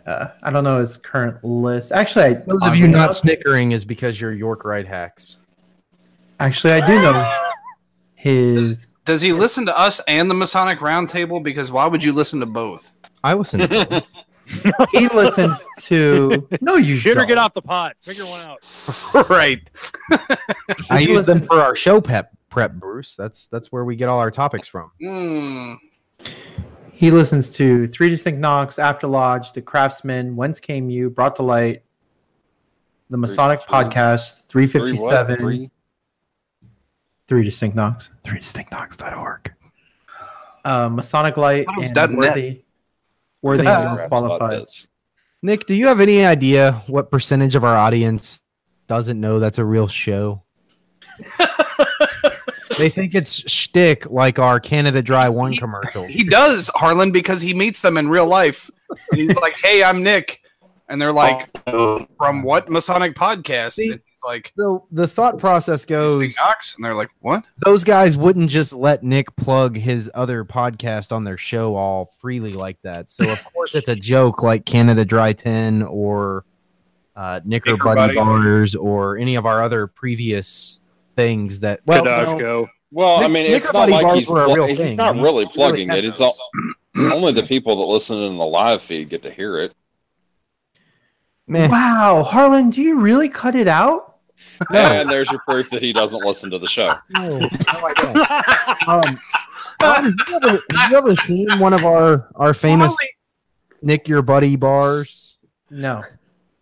Uh, I don't know his current list. Actually, I, Those of you not snickering is because you're York Ride hacks. actually I do know his. Does he listen to us and the Masonic Roundtable? Because why would you listen to both? I (laughs) listen. To them. (laughs) He listens to. No, you Shit or don't. get off the pot. Figure one out. (laughs) right. I He use them listens- for our show pep prep, Bruce. That's that's where we get all our topics from. Hmm. He listens to Three Distinct Knocks, After Lodge, The Craftsman, Whence Came You, Brought to Light, The Masonic three- Podcast, Three what? 357, Three, Three? Distinct Knocks, Three Distinct Knocks.org. Uh, Masonic Light, thought it was and dot net. Worthy, worthy Yeah. and Crap, about Qualified. this. Nick, do you have any idea what percentage of our audience doesn't know that's a real (laughs) show? they think it's shtick like our Canada Dry One (laughs) commercial. He does, Harlan, because he meets them in real life. And he's like, hey, I'm Nick. And they're like, from what Masonic podcast? See? And he's like, So the thought process "Disney goes: Knox? And they're like, what? those guys wouldn't just let Nick plug his other podcast on their show all freely like that. So (laughs) of course it's a joke, like Canada Dry Ten or uh, Knicker Knicker Buddy Buddy. Bars or any of our other previous things that. Well, no, Kadashko. Well, I Nick- mean, Nick it's not Buddy like bars he's, were a plu- real he's thing. not He really really plugging had it. It's those. all Only the people that listen in the live feed get to hear it. Man, Wow, Harlan, do you really cut it out? And there's your proof that he doesn't listen to the show. no, no, I don't. Um, Tom, have, you ever, have you ever seen one of our our famous Nick Your Buddy bars? No.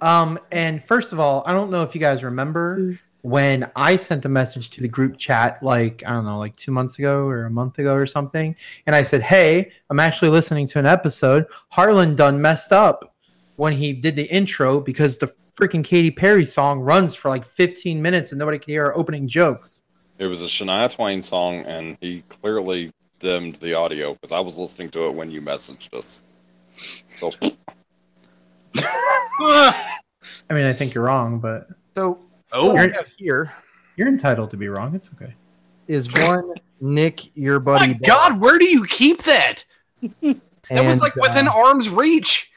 Um, and first of all, I don't know if you guys remember Mm-hmm. when I sent a message to the group chat, like, I don't know, like two months ago or a month ago or something. And I said, Hey, I'm actually listening to an episode. Harlan done messed up when he did the intro because the freaking Katy Perry song runs for like 15 minutes and nobody could hear our opening jokes. It was a Shania Twain song, and he clearly dimmed the audio because I was listening to it when you messaged us. So, I mean, I think you're wrong, but So Oh, here you're entitled to be wrong. It's okay. is one Nick Your Buddy. my bar. God, where do you keep that? That was And, like within uh, arm's reach.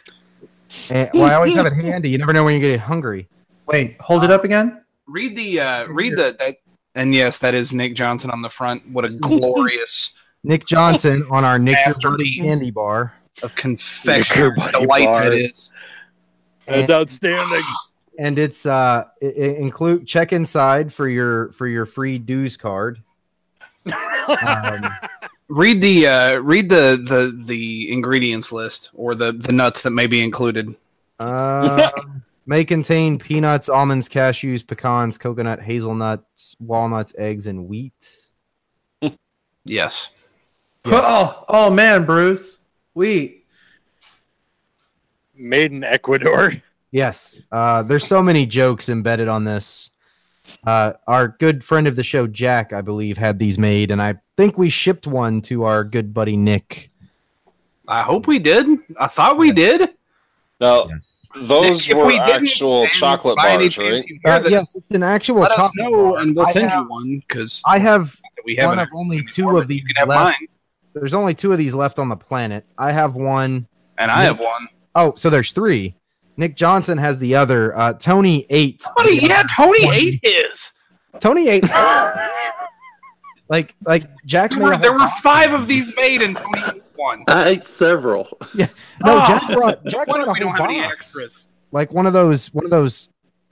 and- well, I always have it handy. You never know when you're getting hungry. Wait, hold it up again. Read the uh, read the that. And yes, that is Nick Johnson on the front. What a glorious Nick Johnson on our Nick Your Buddy Masterpiece. candy bar. of Your confectionary buddy delight Bart. that is. That's outstanding. and it's uh it, it include check inside for your for your free dues card. um, Read the uh, read the the the ingredients list or the the nuts that may be included. um, may contain peanuts, almonds, cashews, pecans, coconut, hazelnuts, walnuts, eggs, and wheat. Yes. (laughs) Oh, oh man, Bruce. Wait. Made in Ecuador. Yes, uh, there's so many jokes embedded on this. Uh, our good friend of the show, Jack, I believe, had these made, and I think we shipped one to our good buddy Nick. I hope we did. I thought we did. now, Yes, those Nick, if were we didn't, actual then chocolate by any bars, chance right? you hear uh, this, yes, it's an actual Let us chocolate know, bar. and we'll I send you have- one because I have we one haven't. of only two of these you can have left. mine, There's only two of these left on the planet. I have one. and I have one. Oh, so there's three. Nick Johnson has the other. Uh, Tony eight. Buddy, yeah, Tony ate his. Tony (laughs) eight. like like Jack. There made a were, there whole were box. five of these made, (laughs) and Tony ate one. I ate several. No, Ah. Jack brought Jack What brought if a we don't whole have any box. extras? Like one of those one of those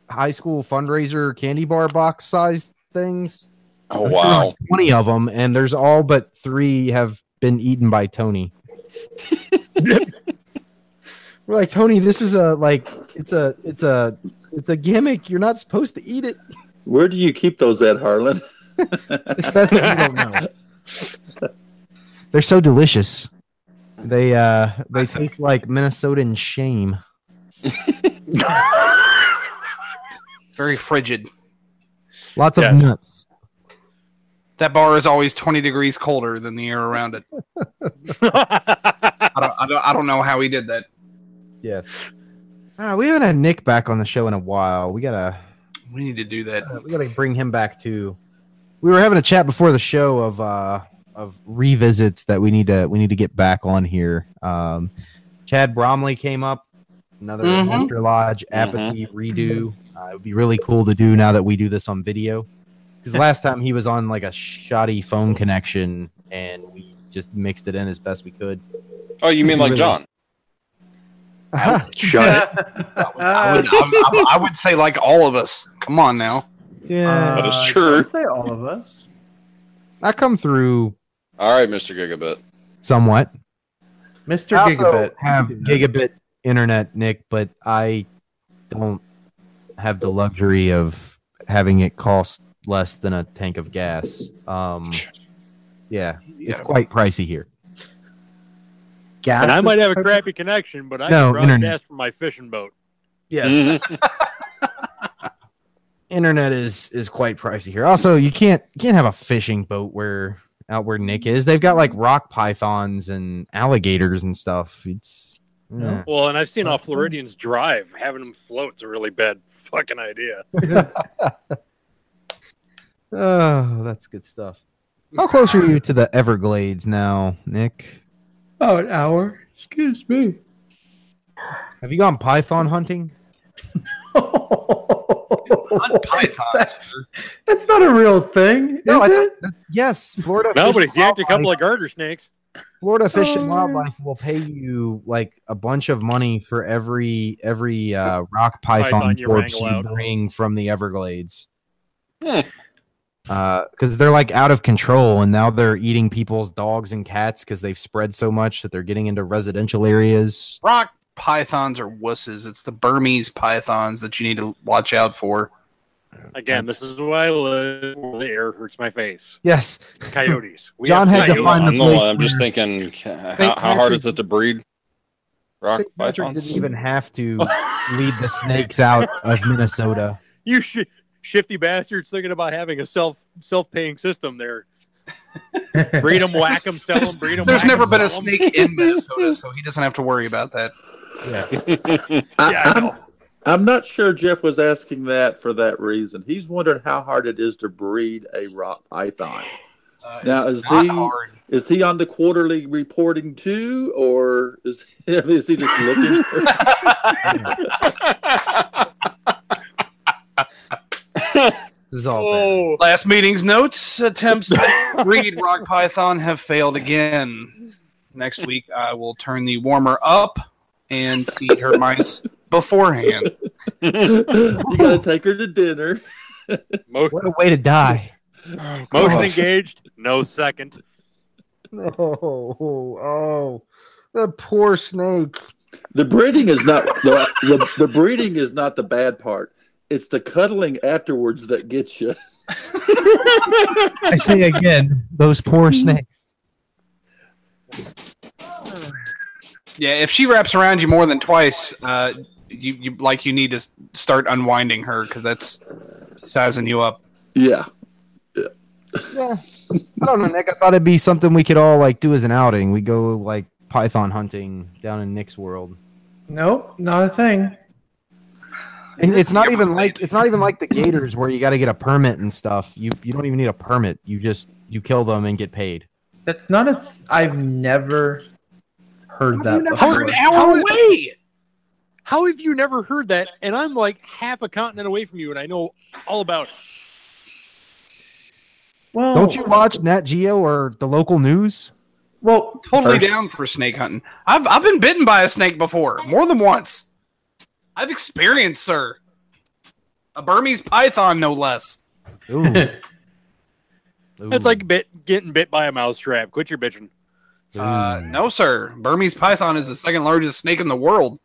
high school fundraiser candy bar box size things. Oh, There were like wow. Twenty of them, and there's all but three have been eaten by Tony. We're like Tony. This is a like it's a it's a it's a gimmick. You're not supposed to eat it. Where do you keep those at, Harlan? It's best that you don't (laughs) know. They're so delicious. They uh they taste like Minnesotan shame. Very frigid. Lots of Yes. nuts. That bar is always 20 degrees colder than the air around (laughs) it. I don't, I don't, I don't know how he did that. Yes. Uh, we haven't had Nick back on the show in a while. We gotta We need to do that. uh, we gotta bring him back to. We were having a chat before the show of uh of revisits that we need to we need to get back on here. Um, Chad Bromley came up. Another Mhm. After Lodge apathy redo. Uh, it would be really cool to do now that we do this on video. Because last time he was on like a shoddy phone connection, and we just mixed it in as best we could. Oh, you mean like John? Uh, Shut it. I would, I, would- I would say, like all of us. Come on now. yeah, That is Uh, true. don't Say all of us. I come through All right, Mr. Gigabit. somewhat. Mr. I also Gigabit. have gigabit internet, Nick, but I don't have the luxury of having it cost less than a tank of gas. Um, yeah, it's Yeah. quite pricey here. Gas And I is (laughs) might have a perfect. crappy connection, but I No, can internet. broadcast from my fishing boat. Yes. Internet is is quite pricey here. Also, you can't you can't have a fishing boat where out where Nick is. They've got like rock pythons and alligators and stuff. It's yeah. Well, and I've seen all Floridians drive. Having them float's a really bad fucking idea. oh, that's good stuff. How close are you to the Everglades now, Nick? Oh, an hour. Excuse me. Have you gone python hunting? That's- That's not a real thing, is it's it? Yes, Florida. No, Fish (laughs) but he's yanked a Wildlife- couple of garter snakes. Florida Fish and Wildlife will pay you like a bunch of money for every every uh, rock python, Python you corpse wrangle you out. bring from the Everglades. Hmm. Because they're like out of control, and now they're eating people's dogs and cats because they've spread so much that they're getting into residential areas. Rock pythons are wusses. It's the Burmese pythons that you need to watch out for. Again, this is why I live. where The air hurts my face. Yes, Coyotes. We John have had to find coyotes. the I'm, the place one. I'm just where- thinking, how, Saint how hard Patrick- is it to breed rock Saint Patrick pythons? didn't (laughs) even have to lead the snakes out of Minnesota. You sh- shifty bastards thinking about having a self self paying system (laughs) there. Breed them, whack them, sell them, breed them. There's never been a snake in Minnesota, so he doesn't have to worry about that. I, Yeah, I I'm- know. I'm not sure Jeff was asking that for that reason. He's wondered how hard it is to breed a rock python. Uh, Now, it's is not he- hard. Is he on the quarterly reporting too, or is I mean, is he (laughs) just looking? (laughs) For, This is all bad. Oh, Last meeting's notes attempts (laughs) to read Rock Python have failed again. Next week, I will turn the warmer up and feed her mice beforehand. you got to take her to dinner. mo- What a way to die! motion engaged. No second. No, oh, the poor snake. The breeding is not the, the, the breeding is not the bad part. It's the cuddling afterwards that gets you. I say again, those poor snakes. Yeah, if she wraps around you more than twice, uh, you, you like you need to s- start unwinding her because that's sizing you up. Yeah, Yeah. I don't know, Nick. I thought it'd be something we could all like do as an outing. We go like python hunting down in Nick's world. Nope, not a thing. And it's not even like it's not even like the gators where you got to get a permit and stuff. You you don't even need a permit. You just you kill them and get paid. That's not a. Th- I've never heard that. We're before. an hour away. How have you never heard that? And I'm like half a continent away from you, and I know all about it. Well, Don't you watch Nat Geo or the local news? Well, Totally first- down for snake hunting. I've I've been bitten by a snake before, more than once. I've experienced, sir, a Burmese python, no less. Ooh. Ooh. (laughs) It's like bit, getting bit by a mousetrap. Quit your (laughs) bitching. Uh, Mm. no, sir. Burmese python is the second largest snake in the world.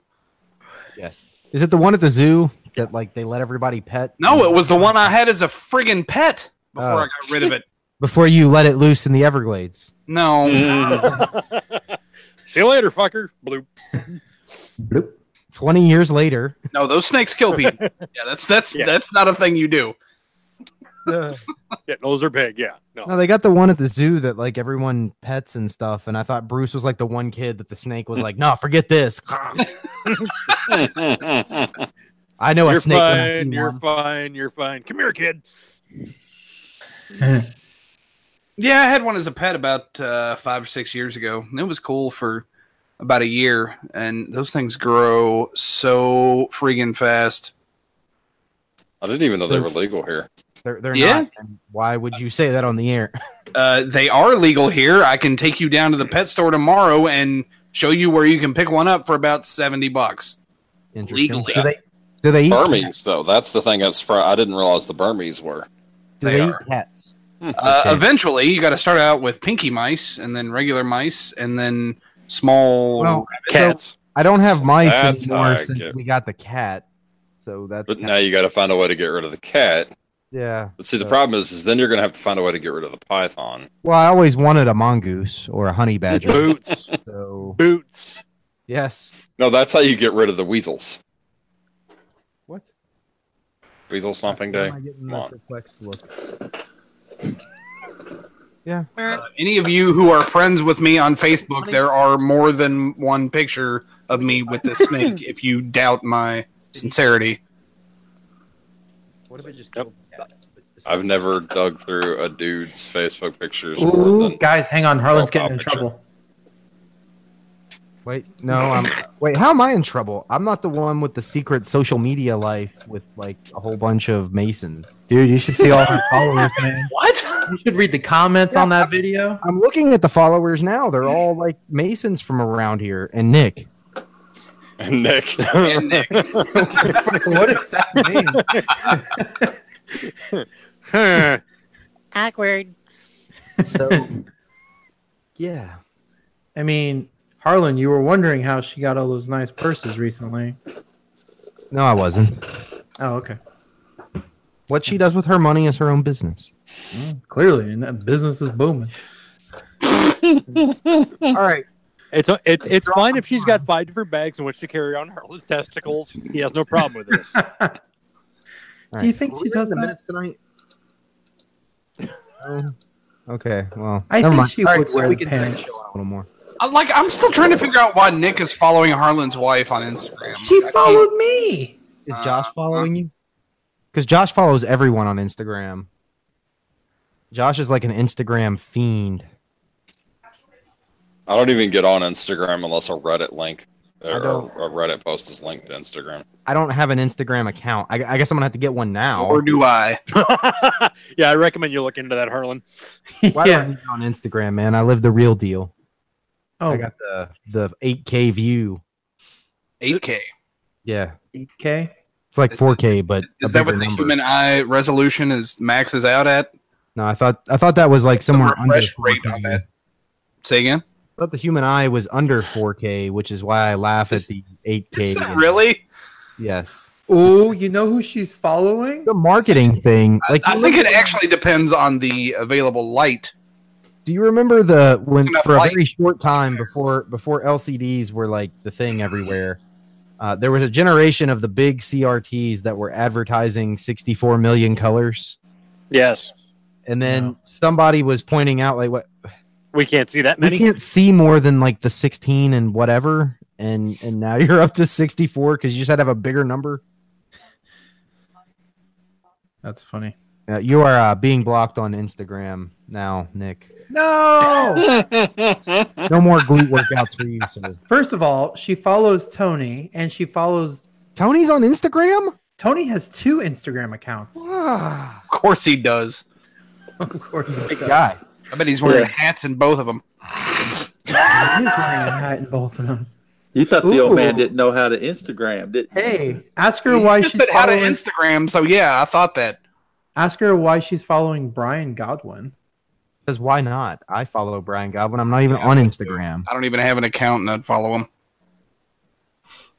yes. Is it the one at the zoo that like they let everybody pet? No, it was the one I had as a friggin' pet before Oh. I got rid of it. before you let it loose in the Everglades. No, (laughs) See you later, fucker. Bloop. Twenty years later. no, those snakes kill people. Yeah, that's that's Yeah. that's not a thing you do. Yeah, those are big. Yeah, no. No, they got the one at the zoo that like everyone pets and stuff. And I thought Bruce was like the one kid that the snake was like, no, forget this. (laughs) I know Oh, a You're snake when I see fine. You're one. fine. You're fine. Come here, kid. Yeah, I had one as a pet about uh, five or six years ago. and It was cool for about a year, and those things grow so friggin' fast. I didn't even know they were legal here. They're, they're Yeah. not. And why would you say that on the air? (laughs) Uh, they are legal here. I can take you down to the pet store tomorrow and show you where you can pick one up for about seventy bucks. Interesting. Legally. Do they, do they eat, cats? Burmese, though, that's the thing I'm surprised. I didn't realize the Burmese were. do They they eat are. cats? Uh, Okay. eventually, you got to start out with pinky mice, and then regular mice, and then small. Well, Cats. I don't have mice That's how anymore I since get- we got the cat. So that's But kinda- now you got to find a way to get rid of the cat. yeah. But see, the So- problem is, is then you're going to have to find a way to get rid of the python. Well, I always wanted a mongoose or a honey badger. (laughs) Boots. so Boots. yes. No, that's how you get rid of the weasels. What? Weasel stomping Why day. am I getting Come the on. perplexed look? Uh, any of you who are friends with me on Facebook, there are more than one picture of me with this (laughs) snake. If you doubt my sincerity, What if it just Yep. killed the cat? I've never dug through a dude's Facebook pictures. more Ooh, than- guys, hang on. Harlan's Profile getting in picture. trouble. Wait, no, I'm wait, how am I in trouble? I'm not the one with the secret social media life with like a whole bunch of Masons. Dude, you should see all her followers, man. what? you should read the comments on that video. I'm looking at the followers now. They're all like Masons from around here and Nick. And Nick. And Nick. (laughs) what does that mean? Huh. Awkward. (laughs) So, yeah. I mean, Harlan, you were wondering how she got all those nice purses recently. No, I wasn't. Oh, okay. What she does with her money is her own business. Mm, clearly, and that business is booming. (laughs) All right. (laughs) It's it's it's fine if she's got five different bags in which to carry on Harlan's testicles. He has no problem with (laughs) this. (laughs) Do you think she does the that? minutes tonight? Um, okay. Well, I never think mind. she All right, would so wear we the can finish pants. it out a little more. I'm Uh, Like I'm still trying to figure out why Nick is following Harlan's wife on Instagram. She Like, I can't- followed me. Is Uh, Josh following you? Because Josh follows everyone on Instagram. Josh is like an Instagram fiend. I don't even get on Instagram unless a Reddit link or don't. a Reddit post is linked to Instagram. I don't have an Instagram account. I, I guess I'm gonna have to get one now. Or do I? yeah, I recommend you look into that, Harlan. Why do I yeah. need it on Instagram, man? I live the real deal. Oh, I got the the 8K view. 8K. Yeah, okay. it's like 4K, but a Is that bigger what the number. human eye resolution is maxes out at? No, I thought I thought that was like The somewhere under refresh rate 4K. on that. Say again. I thought the human eye was under 4K, which is why I laugh at the 8K. (laughs) Is that number. really? Yes. Oh, you know who she's following? The marketing thing, like I think it actually depends on the available light. Do you remember the when Enough for a light. very short time before before LCDs were like the thing everywhere? Uh, there was a generation of the big CRTs that were advertising 64 million colors, Yes, and then somebody was pointing out like, "What we can't see that we many. can't see more than like the 16 and whatever," and and now (laughs) you're up to 64 because you just had to have a bigger number. That's funny. Uh, you are uh, being blocked on Instagram now, Nick. No. No more glute workouts for you, sir. First of all, she follows Tony, and she follows. Tony's on Instagram. Tony has two Instagram accounts. Ah, Of course he does. (laughs) Of course, Oh big guy. I bet he's wearing hats in both of them. He is wearing a hat in both of them. You thought the old man Ooh. didn't know how to Instagram, did Hey, ask her why You she's said how to following. Instagram. So yeah, I thought that. ask her why she's following Brian Godwin. Because why not? I follow Brian Godwin. I'm not even on Instagram. I don't even have an account and I'd follow him.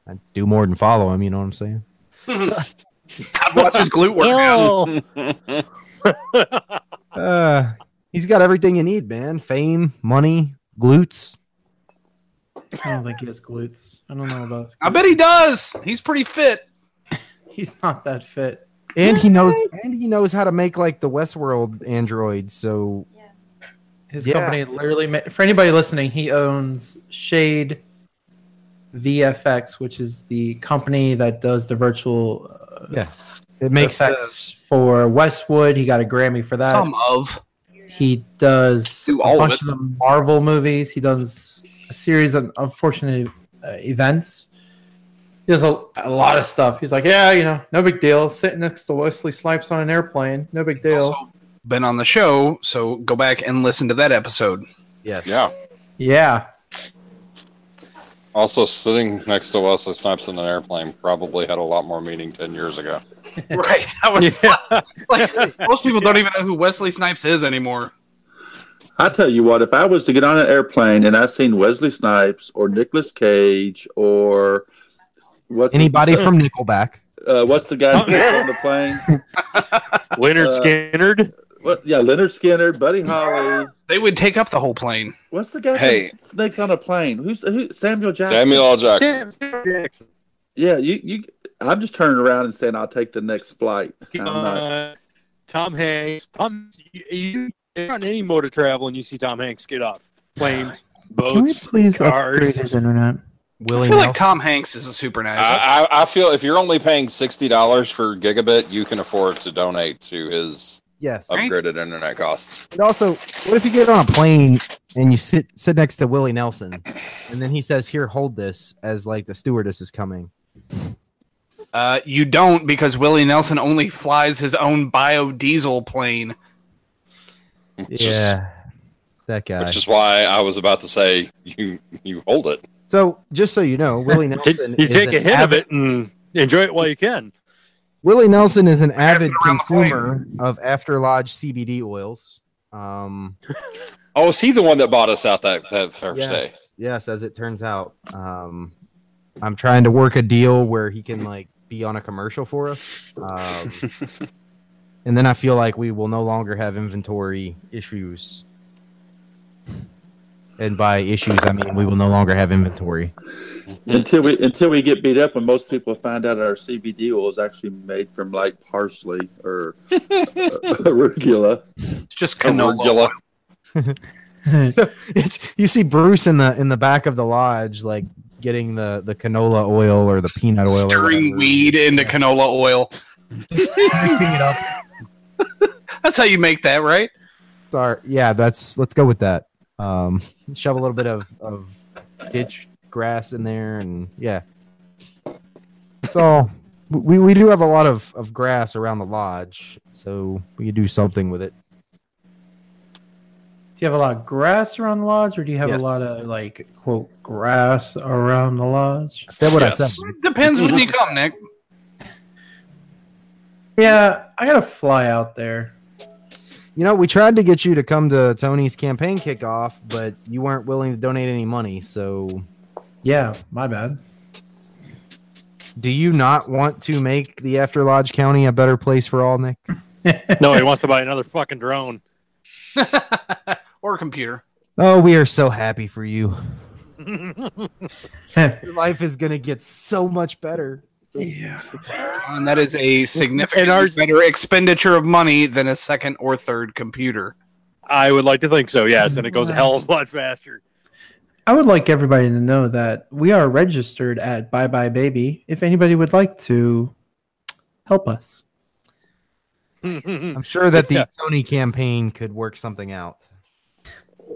I do more than follow him. You know what I'm saying? I'd watch his glute workouts. Ew. (laughs) Uh, he's got everything you need, man. Fame, money, glutes. I don't think he has glutes. I don't know about. His I bet he does. He's pretty fit. He's not that fit. And he knows and he knows how to make like the Westworld androids. So His Yeah. company literally, ma- for anybody listening, he owns Shade VFX, which is the company that does the virtual uh, Yeah. it makes the, effects for Westwood. He got a Grammy for that. Some of. He does Do a all of bunch it. of, the Marvel movies. He does a series of unfortunate uh, events. He does a, a lot of stuff. He's like, yeah, you know, no big deal. Sitting next to Wesley Snipes on an airplane, no big deal. Also been on the show, so go back and listen to that episode. yes. Yeah. yeah, Also, sitting next to Wesley Snipes in an airplane probably had a lot more meaning 10 years ago. (laughs) right. I was like, most people don't even know who Wesley Snipes is anymore. I tell you what, if I was to get on an airplane and I seen Wesley Snipes or Nicolas Cage or what's his- Anybody from Nickelback? uh, what's (laughs) the guy who's on the plane? Leonard Uh, Skinnerd. What? Yeah, Leonard Skinner, Buddy Holly. They would take up the whole plane. What's the guy Hey. that snakes on a plane? Who's who? Samuel Jackson. Samuel L. Jackson. Jackson. Yeah, you you. I'm just turning around and saying I'll take the next flight. I'm not- Uh, Tom Hanks. Tom, you, you, you're on any mode of travel and you see Tom Hanks get off planes, Can we boats, please upgrade cars. his internet? Willie I feel like Nelson? Tom Hanks is a super nice. I, I, I feel if you're only paying $60 for gigabit, you can afford to donate to his yes. Right. upgraded internet costs. And also, what if you get on a plane and you sit sit next to Willie Nelson, and then he says, "Here, hold this," as like the stewardess is coming. Uh, you don't because Willie Nelson only flies his own biodiesel plane. just- Yeah, that guy. which is why I was about to say you you hold it. So, just so you know, Willie Nelson. you is take an a hit avid- of it and enjoy it while you can. (laughs) Willie Nelson is an avid Passing around the consumer of After Lodge CBD oils. Um, Oh, is he the one that bought us out that that first day? yes, yes, as it turns out, um, I'm trying to work a deal where he can like be on a commercial for us. Um, and then I feel like we will no longer have inventory issues. And by issues, I mean we will no longer have inventory. (laughs) until we until we get beat up and most people find out our CBD oil is actually made from like parsley or (laughs) uh, arugula. It's just canola. Caligula. it's you see Bruce in the in the back of the lodge, like getting the the canola oil or the peanut oil, or Stirring whatever, weed into canola oil. mixing it up. That's how you make that, right? Sorry, yeah, that's let's go with that. Um, shove a little bit of of ditch grass in there, and yeah, it's all. We we do have a lot of of grass around the lodge, so we could do something with it. (laughs) Do you have a lot of grass around the lodge, or do you have Yes. a lot of like quote grass around the lodge? I said what I Yes. said. Depends when you come, Nick. Yeah, I gotta fly out there. You know, we tried to get you to come to Tony's campaign kickoff, but you weren't willing to donate any money, so Yeah, my bad. (laughs) Do you not want to make the After Lodge County a better place for all, Nick? No, he wants to buy another fucking drone. or computer. Oh, we are so happy for you. yeah, Your life is going to get so much better. And that is a significant ours- better expenditure of money than a second or third (laughs) computer. I would like to think so, yes, and it goes a hell of a lot faster. (laughs) I would like everybody to know that we are registered at Bye Bye Baby. If anybody would like to help us, I I'm sure that the Yeah. Tony campaign could work something out.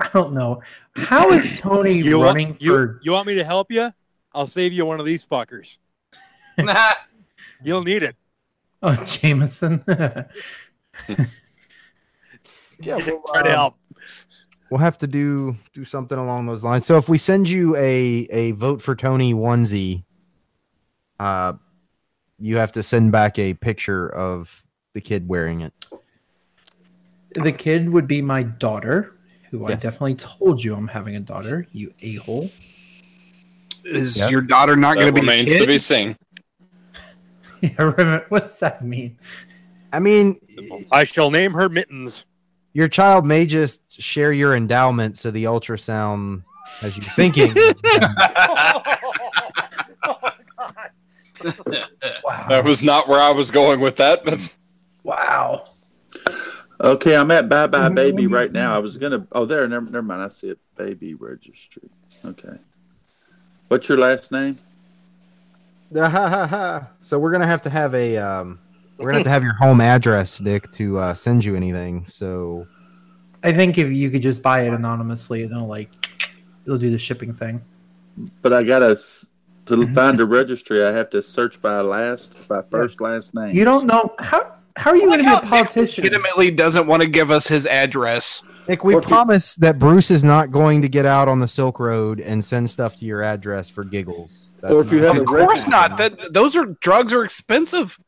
I don't know how is Tony You want, running you, for. (laughs) you want me to help you? I'll save you one of these fuckers. Nah, You'll need it. Oh, Jameson. (laughs) Yeah, we'll, um, Try to help. we'll have to do do something along those lines. So if we send you a a vote for Tony onesie, uh, you have to send back a picture of the kid wearing it. the kid would be my daughter, who I Yes. definitely told you I'm having a daughter. You a hole. is Yeah. your daughter not going That to be? remains a to be kid? seen. (laughs) Yeah, remember- what does that mean? I mean, I shall name her Mittens. (laughs) your child may just share your endowment so the ultrasound as you're (laughs) thinking (laughs) Wow. That was not where I was going with that. But wow. Okay, I'm at Bye Mm-hmm, Bye Baby right now. I was gonna. Oh, there. Never, never mind. I see a baby registry. Okay. What's your last name? so we're gonna have to have a um, we're gonna have to have your home address nick to uh, send you anything so I think if you could just buy it anonymously, it'll like it'll do the shipping thing. But I gotta s- (laughs) to find a registry. I have to search by last, by first, last name. You don't know how how are you Like how going to be Nick a politician? Legitimately doesn't want to give us his address. nick we Or if you- promise that bruce is not going to get out on the silk road and send stuff to your address for giggles That's Or if you not- have Of a course registry. not. That those are drugs are expensive.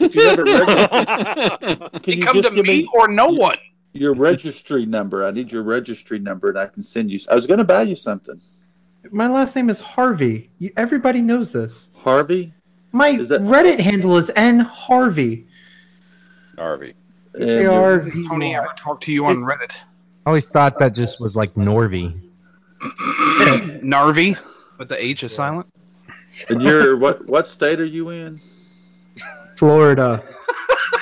If you (laughs) have a reg- They Can come to me, or no one. your registry number. I need your registry number, and I can send you. I was gonna buy you something, My last name is Harvey. You, everybody knows this. Harvey. My Is that- Reddit handle is n Harvey. Harvey, and A your- R V Tony Y. ever talked to you on Reddit? i always thought that just was like norvy (clears throat) Narvi, but the H is silent. And you're what? What state are you in? Florida.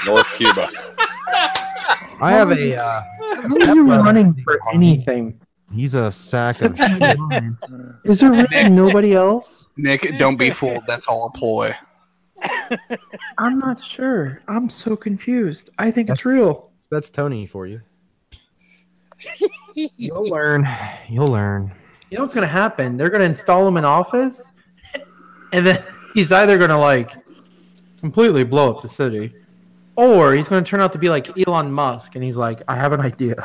North (laughs) Cuba. i have a uh, How are you running for anything? he's a sack (laughs) of shit. Is there (laughs) really nobody else? Nick, don't be fooled. That's all a ploy. I'm not sure. I'm so confused. I think That's- it's real. that's tony for you you'll learn you'll learn You know what's going to happen? They're going to install him in office, (laughs) and then he's either going to like completely blow up the city, Or he's going to turn out to be like Elon Musk, and he's like, I have an (laughs) idea.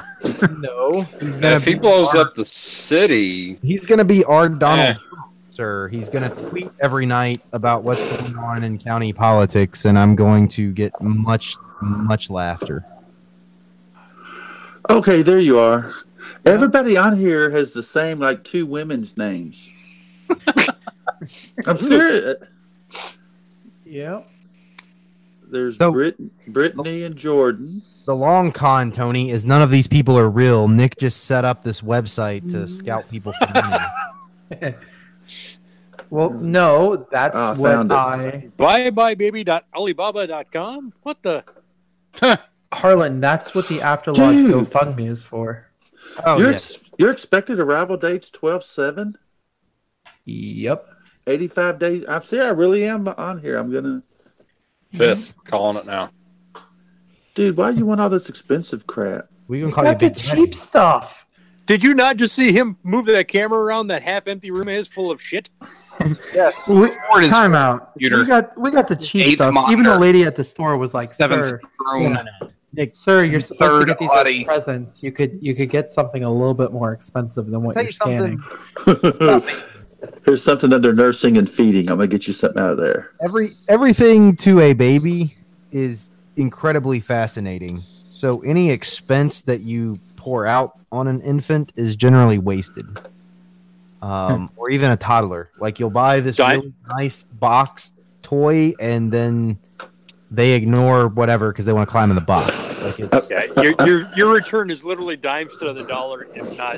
No, He's And gonna if he be blows our- up the city, he's gonna be our Donald Trump, sir. He's gonna tweet every night about what's going on in county politics, and I'm going to get much, much laughter. Okay, there you are. Everybody on here has the same like two (laughs) women's names. I'm uh, serious. Yep. There's So- Brit- Brittany and Jordan. The long con, Tony, is none of these people are real. Nick just set up this website to scout people for money. Well, no, that's Ah, I what found it. I Buybuybaby.alibaba.com. What the? Harlan. That's what the afterlife Dude. GoFundMe is for. Oh, your, yeah. ex- your expected arrival date's 12 7, Yep. 85 days. I'm see, I really am on here. I'm going to. fifth, calling it now. Dude, why you want all this (laughs) expensive crap? we can call you Got the Big cheap stuff. Did you not just see him move that camera around that half empty room of his full of shit? Yes. We, Or his time out. We computer. got we got the cheap Eighth stuff. Even monitor. the lady at the store was like, seventh "Sir, throne. yeah, sir, you're supposed Third to get these Audi. as presents. You could you could get something a little bit more expensive than what Tell you're you something. scanning." Here's something under nursing and feeding. I'm going to get you something out of there. Every everything to a baby is incredibly fascinating. So any expense that you pour out on an infant is generally wasted. Um, or even a toddler. Like you'll buy this Di- really nice box toy and then they ignore whatever because they want to climb in the box. Like it's, Yeah, your, your, your return is literally dimes to the dollar, if not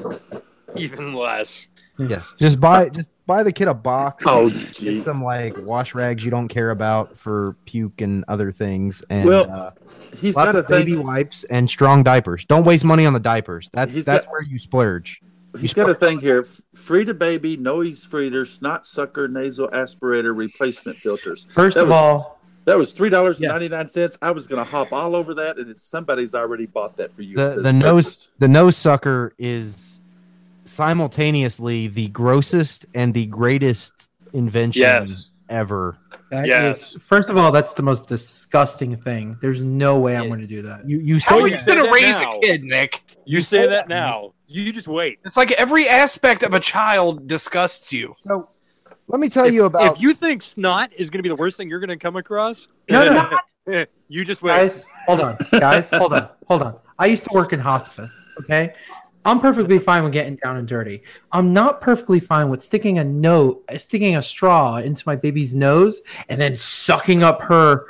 even less. yes. Just buy just buy the kid a box. Oh, get gee. some like wash rags you don't care about for puke and other things and Well, uh, He's lots got a of baby thing. wipes and strong diapers don't waste money on the diapers that's He's that's got- where you splurge He's got a thing here. Free to baby, noise feeder, snot sucker, nasal aspirator replacement filters. First That of was- all, That was three dollars and ninety nine cents. I was going to hop all over that, and it's somebody's already bought that for you. It the, says the nose purchased. the nose sucker is simultaneously the grossest and the greatest invention Yes. ever That is Yes. first of all, that's the most disgusting thing. There's no way I'm Yeah. going to do that. you you How say are you you say going to that raise now? a kid, Nick? You say uh, that now. You just wait. It's like every aspect of a child disgusts you. so let me tell you about (laughs) If you think snot is going to be the worst thing you're going to come across, No, no, (laughs) you just wait. guys, hold on, guys, hold on, hold on. I used to work in hospice. Okay, I'm perfectly fine with getting down and dirty. I'm not perfectly fine with sticking a note, sticking a straw into my baby's nose, and then sucking up her.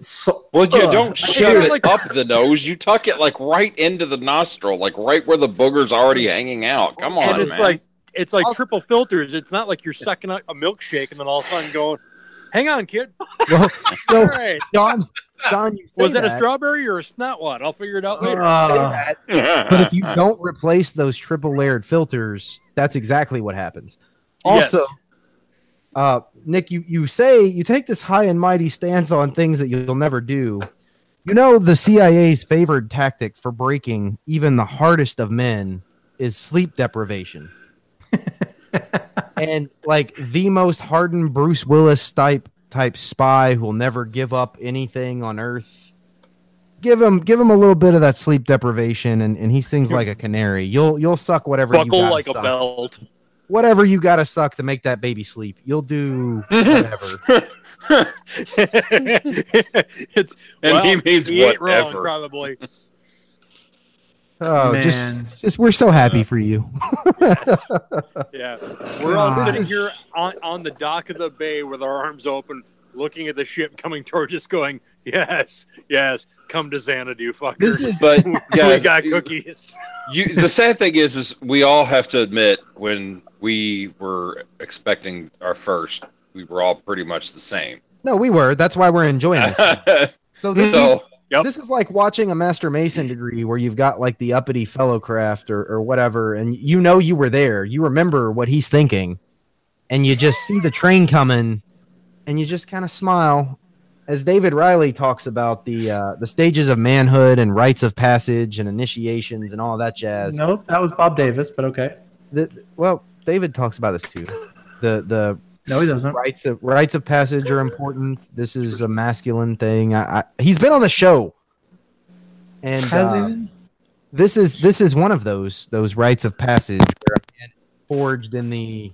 So, Well, you Ugh. don't you're shove it like- up the nose. You tuck it like right into the nostril, like right where the booger's already hanging out. Come on, and it's man. (laughs) like it's like Also- triple filters. It's not like you're sucking out a milkshake and then all of a sudden going, "Hang (laughs) on, kid. well, All no, right, John, John, you say was that, a that. strawberry or a snot one? I'll figure it out later." uh, but if you don't replace those triple layered filters, that's exactly what happens. Also, Yes. uh, Nick, you, you say you take this high and mighty stance on things that you'll never do. You know, the CIA's favored tactic for breaking even the hardest of men is sleep (laughs) deprivation. and like the most hardened Bruce Willis type type spy who will never give up anything on earth. Give him give him a little bit of that sleep deprivation and, and he sings like a canary. You'll you'll suck whatever you buckle gotta like a suck. (laughs) belt. (laughs) Whatever you gotta suck to make that baby sleep. You'll do whatever. it's And well, he means he ain't wrong, whatever. probably. Oh, Man. just just we're so happy for you. Yeah, we're all God. sitting here on, on the dock of the bay with our arms open, looking at the ship coming towards us, going, "Yes, yes, come to Xanadu, fucker. This is (laughs) but we guys, got you- cookies." you the sad thing is is we all have to admit when we were expecting our first we were all pretty much the same (laughs) no, we were. That's why we're enjoying this. So this is so Yep. This is like watching a Master Mason degree where you've got like the uppity fellow craft or, or whatever, and you know you were there. You remember what he's thinking, and you just see the train coming, and you just kind of smile. As David Riley talks about the uh, the stages of manhood and rites of passage and initiations and all that jazz. nope, that was Bob Davis, but okay. The, well, David talks about this too. The the No, he doesn't. rites of rites of passage are important. This is a masculine thing. I, I, he's been on the show, and Has he uh, then? this is this is one of those those rites of passage where I'm getting forged in the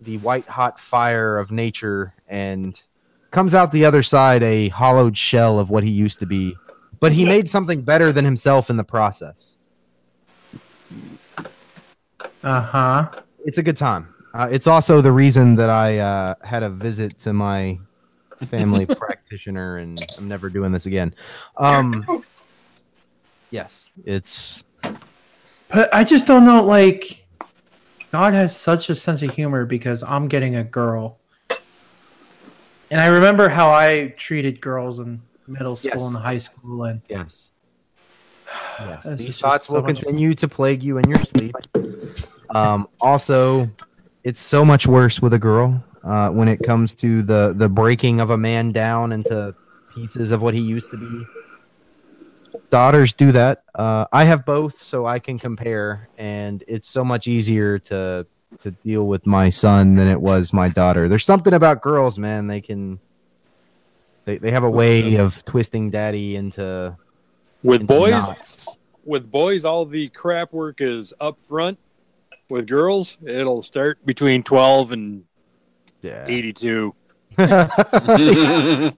the white hot fire of nature and comes out the other side a hollowed shell of what he used to be. But he made something better than himself in the process. Uh huh. it's a good time. Uh, it's also the reason that I uh, had a visit to my family practitioner, and I'm never doing this again. Um, yes, it's But I just don't know. Like, God has such a sense of humor because I'm getting a girl, and I remember how I treated girls in middle school Yes. and high school, and yes. Yes, This is these just thoughts so will much fun. continue to plague you in your sleep. Um, also, it's so much worse with a girl uh, when it comes to the the breaking of a man down into pieces of what he used to be. Daughters do that. Uh, I have both, so I can compare, and it's so much easier to to deal with my son than it was my daughter. There's something about girls, man. They can they they have a way of twisting daddy into, With into boys, knots. with boys, all the crap work is up front. With girls, it'll start between twelve and Yeah. eighty-two. (laughs) (laughs) oh,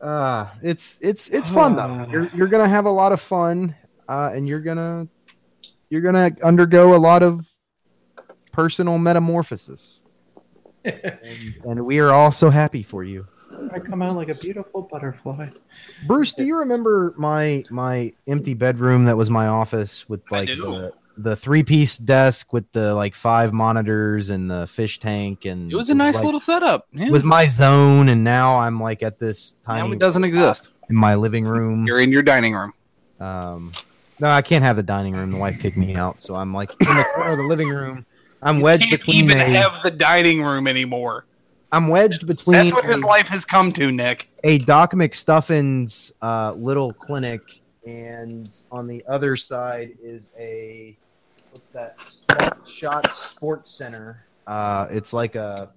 uh, it's it's it's fun though. Ah. You're you're gonna have a lot of fun, uh, and you're gonna you're gonna undergo a lot of personal metamorphosis. and, and we are all so happy for you, I come out like a beautiful (laughs) butterfly. Bruce. Do you remember my my empty bedroom that was my office with I like do. the, the three piece desk with the like five monitors and the fish tank and It was a nice like, little setup. Yeah. it was my zone, and now I'm like at this now tiny it doesn't exist. in my living room. You're in your dining room. Um, no, I can't have the dining room. The wife kicked me out, so I'm like in the corner of the living room. I'm wedged Can't between. even a- have the dining room anymore. I'm wedged between. That's what his a- life has come to, Nick. a Doc McStuffins uh, little clinic, and on the other side is a what's that? Sport Shot Sports Center. Uh, it's like a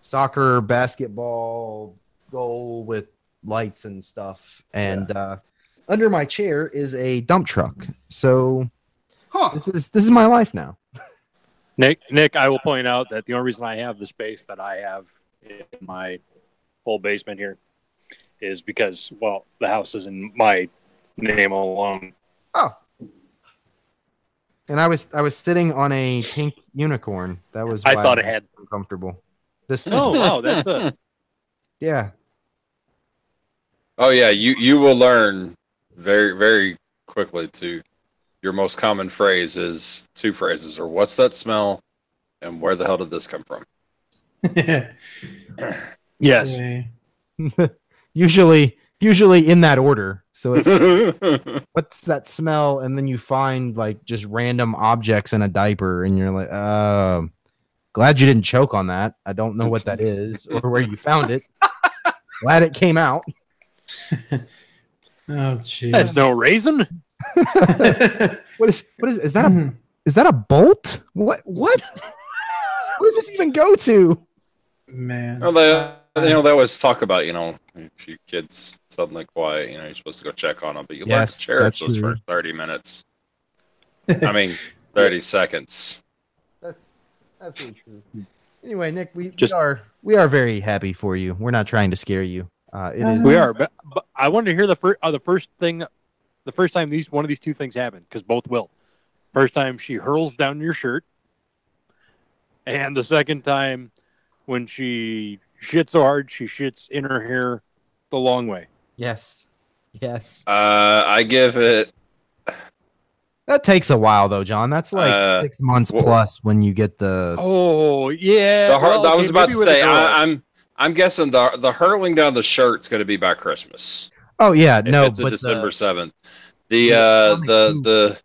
soccer basketball goal with lights and stuff, and uh, under my chair is a dump truck. So Huh. this is this is my life now. Nick, Nick, I will point out that the only reason I have the space that I have in my whole basement here is because, well, the house is in my name all along. And I was I was sitting on a pink unicorn. That was I why thought it I'm had. uncomfortable. This No, no, (laughs) that's a. yeah. oh yeah, you you will learn very very quickly to your most common phrase is two phrases or what's that smell and where the hell did this come from? Yes. usually usually in that order so (laughs) it's That's what's that smell and then you find like just random objects in a diaper and you're like um glad you didn't choke on that i don't know what that is or where you found (laughs) it glad it came out Oh, jeez. That's no (laughs) raisin. what is what is is that a is that a bolt what (laughs) what what does this even go to man. Oh, Well, that, you know, they always talk about, you know, if your kid's suddenly quiet, you know, you're supposed to go check on them, but you learn Yes, to cherish that's those true. first 30 minutes. I mean, 30 seconds. that's absolutely true anyway nick we, Just- we are we are very happy for you we're not trying to scare you uh it is We are, but, but I wanted to hear the first, uh, the first thing, the first time these one of these two things happen because both will. First time she hurls down your shirt, and the second time when she shits so hard she shits in her hair the long way. yes yes Uh, I give it, That takes a while though, John. That's like Uh, six months wha- plus when you get the. Oh yeah, the hur- well, I was okay, about maybe to with a say, girl. I, I'm, I'm guessing the, the hurling down the shirt's going to be by Christmas. Oh yeah, If no, it's a but December the, 7th. The, Yeah, uh, Sonic the, Boom. the,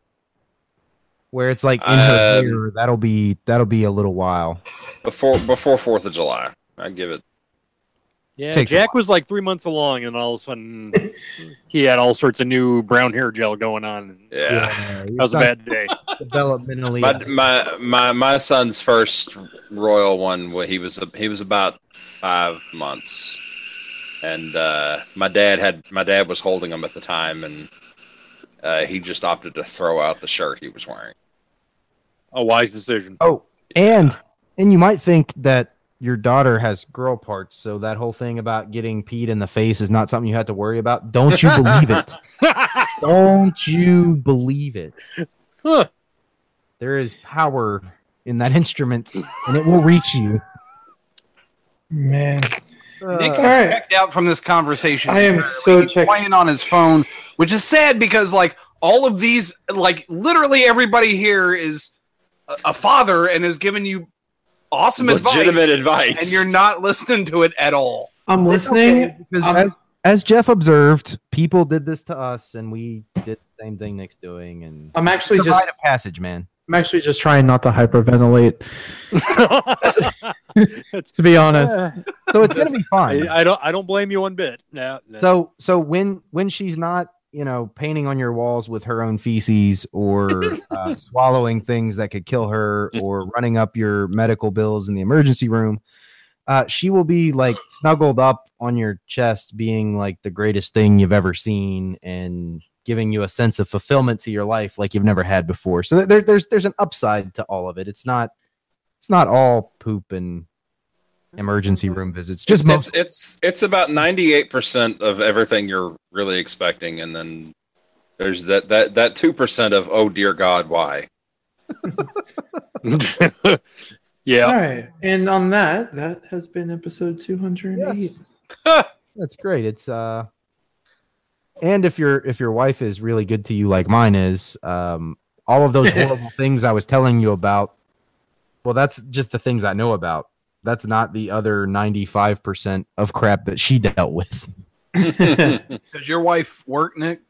where it's like in her Um, hair, that'll be that'll be a little while. before, before 4th of July, I give it yeah, takes a Jack was like three months along, and all of a sudden he had all sorts of new brown hair gel going on. Yeah. Yeah, That was a bad day. developmentally. My, my my my son's first royal one. wa- He was a, he was about five months, and uh, my dad had my dad was holding him at the time, and uh, he just opted to throw out the shirt he was wearing. A wise decision. And and you might think that your daughter has girl parts, so that whole thing about getting peed in the face is not something you have to worry about. Don't you believe (laughs) it? Don't you believe it? Huh. There is power in that (laughs) instrument, and it will reach you. Man, uh, Nick is Alright. checked out from this conversation. I am so He's checked. playing on his phone, which is sad because like all of these, like literally everybody here is a, a father and is giving you awesome Legitimate advice, advice, and you're not listening to it at all. I'm It's listening. okay, because I'm- as, as Jeff observed, people did this to us, and we did the same thing Nick's doing. And I'm actually just Provide a passage, man. I'm actually just trying not to hyperventilate. To be honest, So it's gonna be fine. I, I don't. I don't blame you one bit. No. no. So so when when she's not you know painting on your walls with her own feces or uh, swallowing things that could kill her or running up your medical bills in the emergency room, uh, she will be like snuggled up on your chest, being like the greatest thing you've ever seen and giving you a sense of fulfillment to your life like you've never had before. So there, there's there's an upside to all of it. It's not it's not all poop and emergency room visits. Just most it's, it's it's about ninety eight percent of everything you're really expecting, and then there's that that that two percent of oh dear God why. yeah. (laughs) all right. And on that, that has been episode 208. That's great. It's uh and if your if your wife is really good to you like mine is, um all of those horrible things I was telling you about, well that's just the things I know about. That's not the other 95% of crap that she dealt with. Does your wife work, Nick?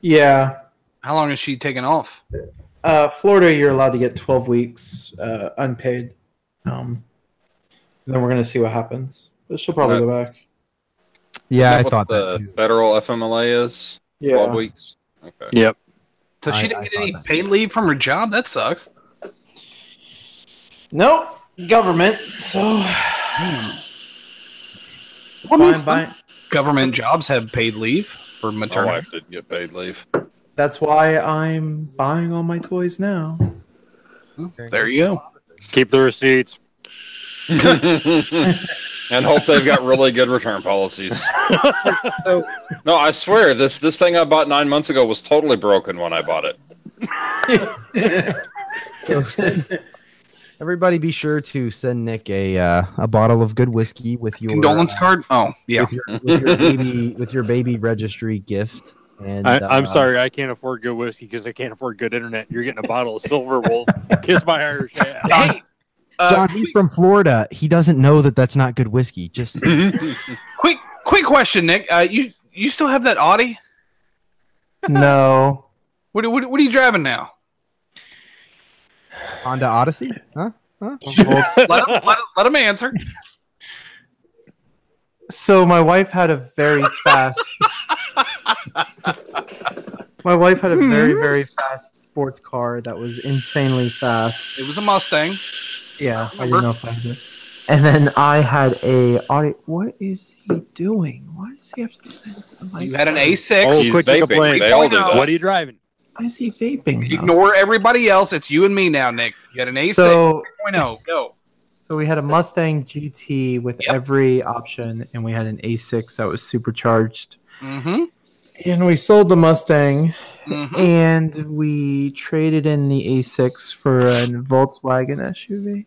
Yeah. How long is she taking off? Uh, Florida, you're allowed to get 12 weeks uh, unpaid. Um, and then we're going to see what happens. But she'll probably Uh, go back. Yeah, I What thought the that too. federal FMLA is twelve weeks. Okay. Yep. So I- she I didn't get any thought that. paid leave from her job. That sucks. No, government. So. Fine, fine. Government jobs have paid leave for My maternity. wife didn't get paid leave. (laughs) That's why I'm buying all my toys (laughs) now. Oh, Oh, there you go. Keep the receipts. and hope they've got really good return policies. no, I swear this this thing I bought nine months ago was totally broken when I bought it. (laughs) (laughs) Everybody be sure to send Nick a uh, a bottle of good whiskey with your Condolence card? Oh, yeah. with your, with your baby with your baby registry gift. And I, uh, I'm sorry, I can't afford good whiskey because I can't afford good internet. You're getting a bottle of Silver Wolf. Kiss my Irish ass. (laughs) (laughs) Hey, John, uh, he's from Florida. He doesn't know that that's not good whiskey. (laughs) Just Oh, Quick, quick question, Nick. Uh, you you still have that Audi? no. What, what, what are you driving now? Honda Odyssey, huh? Let (laughs) him, let him, let him answer. So my wife had a very fast. my wife had a very very fast sports car that was insanely fast. It was a Mustang. Yeah, I didn't know if I had it. And then I had a audit. What is he doing? Why does he have to do this? I'm like, You had an A6. Oh, He's quick to vaping. complain. They all do that. What are you driving? Why is he vaping? now? Ignore everybody else. It's you and me now, Nick. You had an A6. So 2.0. oh, Go. so we had a Mustang GT with Yep. every option, and we had an A6 that was supercharged. Mm-hmm. And we sold the Mustang. hmm and we traded in the A6 for a Volkswagen SUV.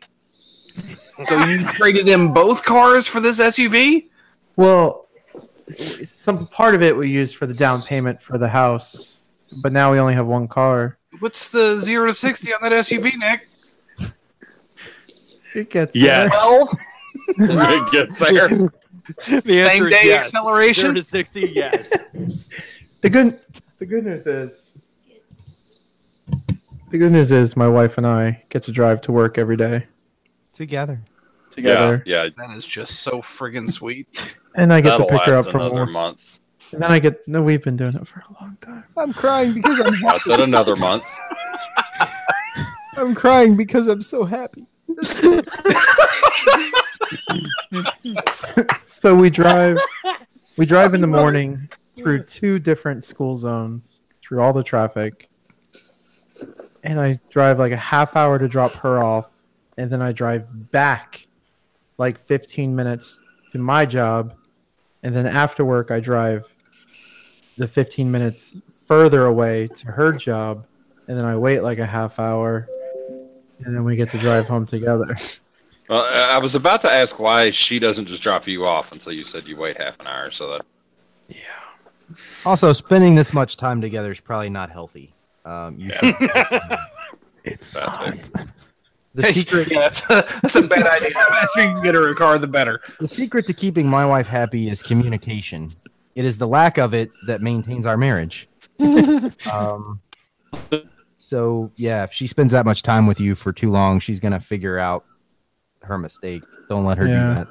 So you traded in both cars for this SUV? Well, some part of it we used for the down payment for the house, but now we only have one car. What's the 0 to 60 on that SUV, Nick? It gets Yes. Well, It gets there. The same day Zero acceleration. to sixty. Yes. The good the good news is the good news is my wife and I get to drive to work every day Together. Yeah, together, yeah. That is just so friggin' sweet. and I get That'll to pick her up last from another work. month. And then I get no, we've been doing it for a long time. I'm crying because I'm I said another month. I'm crying because I'm so happy. so we drive we drive in the morning through two different school zones through all the traffic and i drive like a half hour to drop her off and then i drive back like 15 minutes to my job and then after work i drive the 15 minutes further away to her job and then i wait like a half hour and then we get to drive home together Well, I- I was about to ask why she doesn't just drop you off until you said you wait half an hour. So that Also, spending this much time together is probably not healthy. Um, you should- it's about to. (laughs) the secret (laughs) yeah, that's a, that's a bad idea. The faster you can get her a car, the better. The secret to keeping my wife happy is communication. It is the lack of it that maintains our marriage. um, so yeah, if she spends that much time with you for too long, she's gonna figure out her mistake. Don't let her Yeah. do that.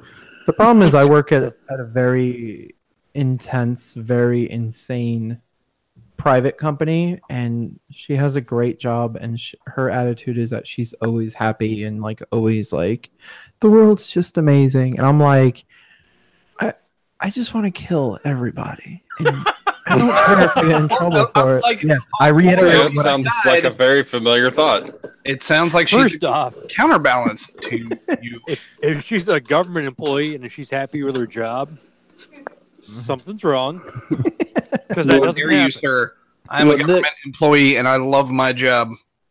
The problem is, I work at, at a very intense, very insane private company, and she has a great job. And sh- her attitude is that she's always happy and like always like the world's just amazing. And I'm like, I I just want to kill everybody. And I don't care if I get in trouble I for was it. like- yes, I Yeah, reiterate. it What I, sounds like a very familiar thought. (laughs) It sounds like she's (laughs) First off, a counterbalance to you. if she's a government employee and if she's happy with her job, something's wrong. Because that How doesn't dare happen. you, sir? I'm a Well, Nick- government employee and I love my job.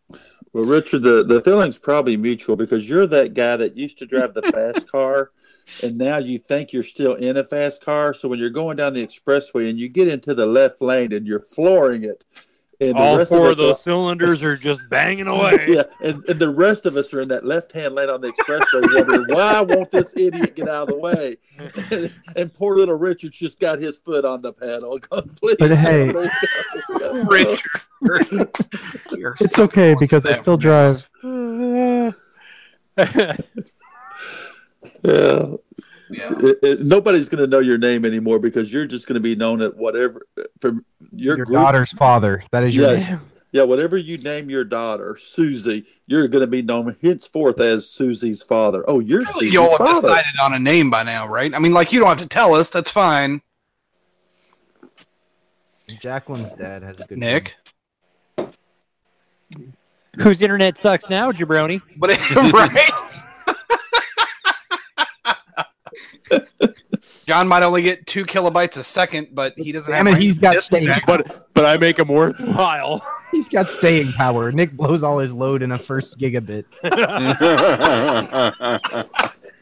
(laughs) Well, Richard, the, the feeling's probably mutual because you're that guy that used to drive the fast car and now you think you're still in a fast car. So when you're going down the expressway and you get into the left lane and you're flooring it. And the All rest four us of those are- cylinders are just banging away. yeah, and, and the rest of us are in that left-hand lane on the expressway, wondering why won't this idiot get out of the way? And, poor little Richard's just got his foot on the pedal. Going, "Please, But (laughs) hey- please." (laughs) Richard. We are it's so- okay because I still drive. yeah. yeah. it, it, nobody's going to know your name anymore because you're just going to be known at whatever from your, your group. daughter's father. That is your. Yes. Yeah, whatever you name your daughter, Susie, you're going to be known henceforth as Susie's father. Oh, you're Surely Susie's Y'all have father. decided on a name by now, right? I mean, like, you don't have to tell us. That's fine. Jacqueline's dad has a good Nick. Whose internet sucks now, jabroni? But (laughs) right? John might only get two kilobytes a second, but he doesn't. Damn have it, he's got staying. But but I make them worthwhile. (laughs) He's got staying power. Nick blows all his load in a first gigabit.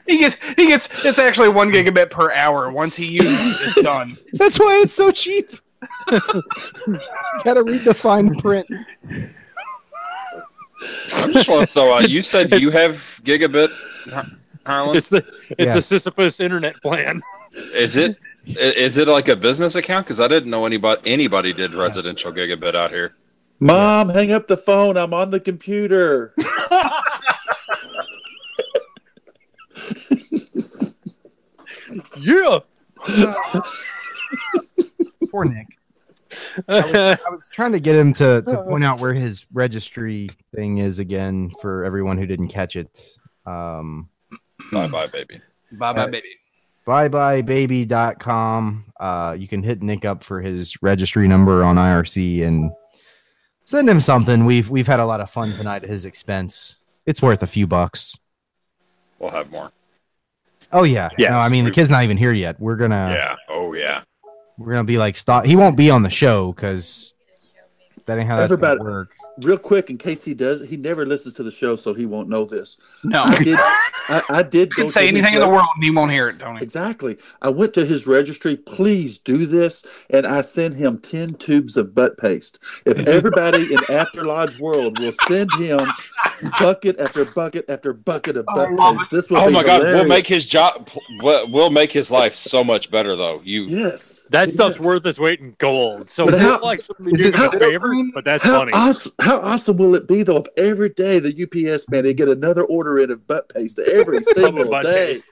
He gets. He gets. It's actually one gigabit per hour. Once he uses it, it's done. That's why it's so cheap. Gotta read the fine print. I just want to throw out. uh, You said you have gigabit, Har- Harlan. It's the it's Yeah. the Sisyphus internet plan. Is it? i- Is it like a business account? Because I didn't know anybody anybody did residential gigabit out here. Mom, hang up the phone. I'm on the computer. Yeah. (laughs) Poor (laughs) Nick. I was trying to get him to, to point out where his registry thing is again for everyone who didn't catch it. Um, Bye bye, baby. Bye bye, Uh, baby. byebabybaby.com. Uh, you can hit Nick up for his registry number on IRC and send him something. We've we've had a lot of fun tonight at his expense. It's worth a few bucks. We'll have more. Oh yeah. Yes. No, I mean the kid's not even here yet. We're gonna yeah. Oh yeah. we're gonna be like stop. He won't be on the show because that ain't how that's Everybody- gonna work. Real quick, in case he does, he never listens to the show, so he won't know this. No, (laughs) I you did. I, I did go can say to his anything in the web- world and he won't hear it, Tony. Exactly. I went to his registry. Please do this, and I sent him ten tubes of butt paste. (laughs) If everybody in After Lodge World will send him bucket after bucket after bucket of butt paste, this will. Oh be my God. We'll hilarious. make his job. We'll we'll make his life so much better though. You. Yes, That stuff's Yes. worth its weight in gold. So But it's how- not like somebody is doing it him a how- favor, but that's How funny. awesome, how awesome will it be though if every day the UPS man they get another order in of butt paste every Of the single butt day? paste.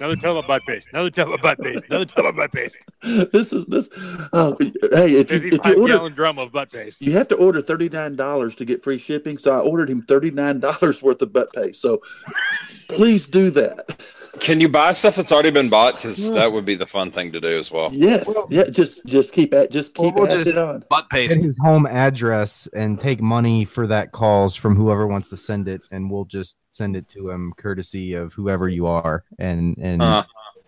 Another tub of butt paste. Another tub of butt paste. Another tub of butt paste. (laughs) this is this. Oh, hey, if you if Fifty-five you order, gallon drum of butt paste. (laughs) you have to order thirty nine dollars to get free shipping. So I ordered him thirty nine dollars worth of butt paste. So please do that. Can you buy stuff that's already been bought? Because that would be the fun thing to do as well. Yes, yeah. Just just keep at just Well, keep we'll at just- it on. Butt Get paste. his home address and take money for that calls from whoever wants to send it, and we'll just send it to him courtesy of whoever you are. And and Uh,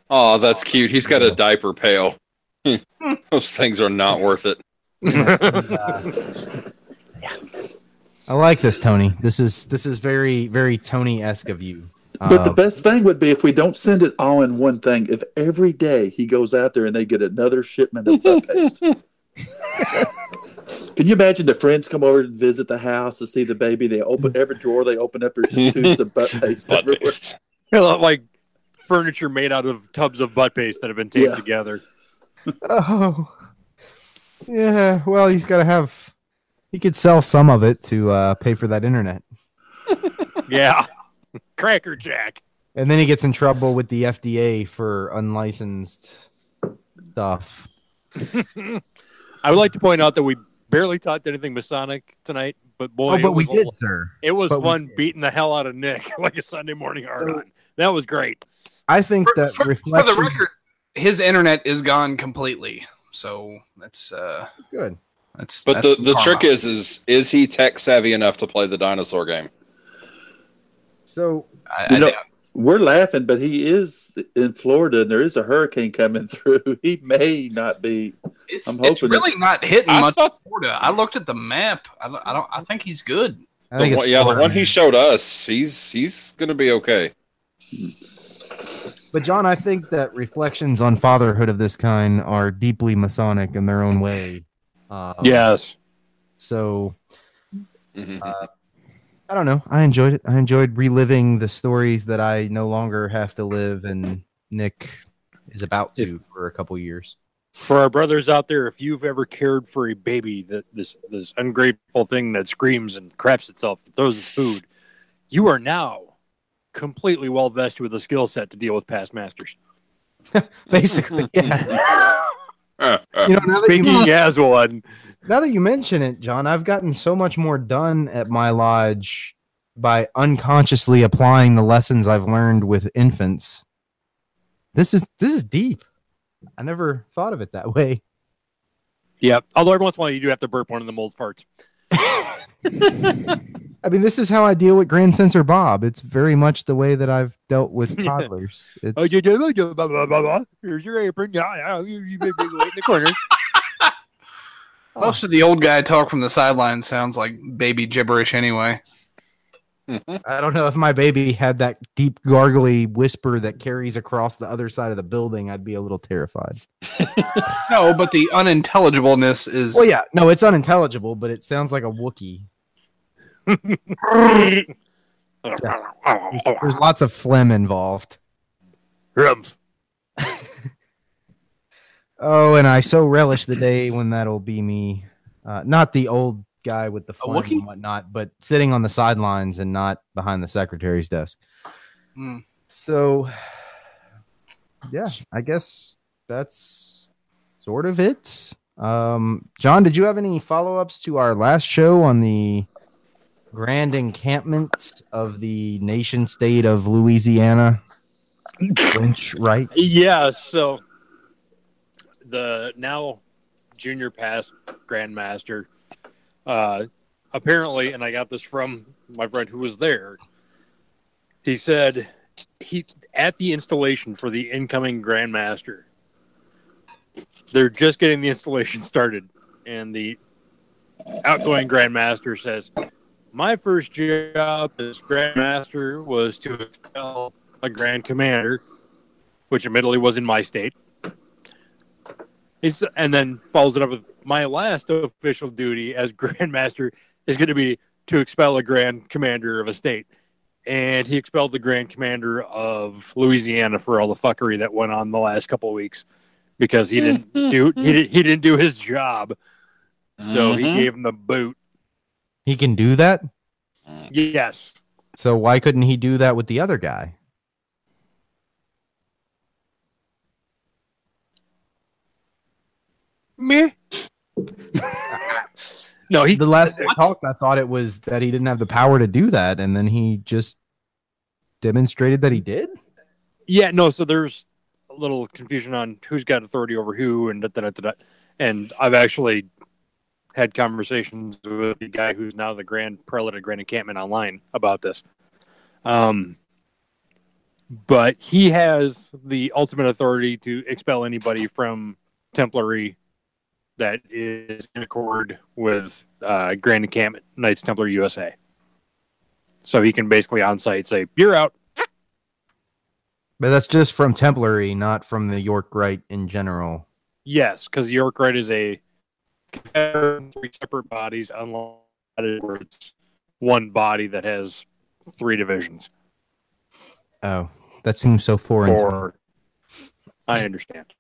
oh, that's cute. He's got a diaper pail. (laughs) Those things are not worth it. I like this, Tony. This is this is very very Tony esque of you. But Oh. the Uh, best thing would be if we don't send it all in one thing. If every day he goes out there and they get another shipment of butt (laughs) paste. Can you imagine the friends come over to visit the house to see the baby? They open every drawer they open up. There's (laughs) just tubes of butt paste Butt everywhere. paste. You know, like furniture made out of tubs of butt paste that have been taped Yeah. together. oh, yeah. Well, he's got to have. He could sell some of it to uh, pay for that internet, Yeah. (laughs) Cracker Jack. and then he gets in trouble with the FDA for unlicensed stuff. I would like to point out that we barely talked anything Masonic tonight, but boy, oh, but it we was, did, a- sir. it was but we fun beating the hell out of Nick (laughs) like a Sunday morning hard on. That was great. I think For, that for- for reflection. the record, his internet is gone completely. So that's uh good. that's But the, that's the karma. trick is is is he tech savvy enough to play the dinosaur game? So I, You I know- think- We're laughing, but he is in Florida and there is a hurricane coming (laughs) through. He may not be. it's, I'm it's hoping really not hitting I much thought- Florida. I looked at the map. I, don't- I don't I think he's good. I The think one, it's yeah, the fine. one he showed us, he's he's gonna be okay. But John, I think that reflections on fatherhood of this kind are deeply Masonic in their own way. Uh, Yes. So Mhm. Uh, I don't know. I enjoyed it. I enjoyed reliving the stories that I no longer have to live, and Nick is about to for a couple years. For our brothers out there, if you've ever cared for a baby that this this ungrateful thing that screams and craps itself, and throws its food, you are now completely well vested with a skill set to deal with past masters. Basically, yeah. Uh, uh. You know, now that you, Speaking as one, now that you mention it, John, I've gotten so much more done at my lodge by unconsciously applying the lessons I've learned with infants. This is this is deep. I never thought of it that way. yeah. Although every once in a while you do have to burp one of the mold farts. I mean, this is how I deal with Grand Censor Bob. It's very much the way that I've dealt with toddlers. It's, Oh, you do, do, blah, blah, blah, blah. Here's your apron. Yeah, yeah. You, you big, big wait in the (laughs) corner. Oh. Most of the old guy talk from the sideline sounds like baby gibberish anyway. Mm-hmm. I don't know if my baby had that deep gargly whisper that carries across the other side of the building, I'd be a little terrified. No, but the unintelligibleness is Well, yeah, no, it's unintelligible, but it sounds like a Wookiee. There's lots of phlegm involved. Rumpf. Oh, and I so relish the day when that'll be me. Uh, not the old guy with the phone Wookiee? and whatnot, but sitting on the sidelines and not behind the secretary's desk. Hmm. So, yeah, I guess that's sort of it. Um, John, did you have any follow ups to our last show on the grand encampment of the nation state of Louisiana? Lynch, right? Yeah, so the now junior past grandmaster uh apparently and I got this from my friend who was there. He said he at the installation for the incoming grandmaster. They're just getting the installation started and the outgoing grandmaster says, "My first job as grandmaster was to expel a grand commander which admittedly was in my state. He's, and then follows it up with my last official duty as (laughs) Grandmaster is going to be to expel a Grand Commander of a state. And he expelled the Grand Commander of Louisiana for all the fuckery that went on the last couple of weeks because he didn't do he, did, he didn't do his job. So Mhm. he gave him the boot. He can do that. Yes. So, why couldn't he do that with the other guy? me. no, he the last we talked, I thought it was that he didn't have the power to do that, and then he just demonstrated that he did. Yeah, no. So there's a little confusion on who's got authority over who, and da, da, da, da, da. and I've actually had conversations with the guy who's now the Grand Prelate of Grand Encampment online about this. Um, but he has the ultimate authority to expel anybody from Templary that is in accord with uh, Grand Encampment Knights Templar USA. So he can basically on site say, "You're out." But that's just from Templary, not from the York Rite in general. Yes, because York Rite is a confederate in three separate bodies, unlike where it's one body that has three divisions. Oh, that seems so foreign. to me. Four. I understand.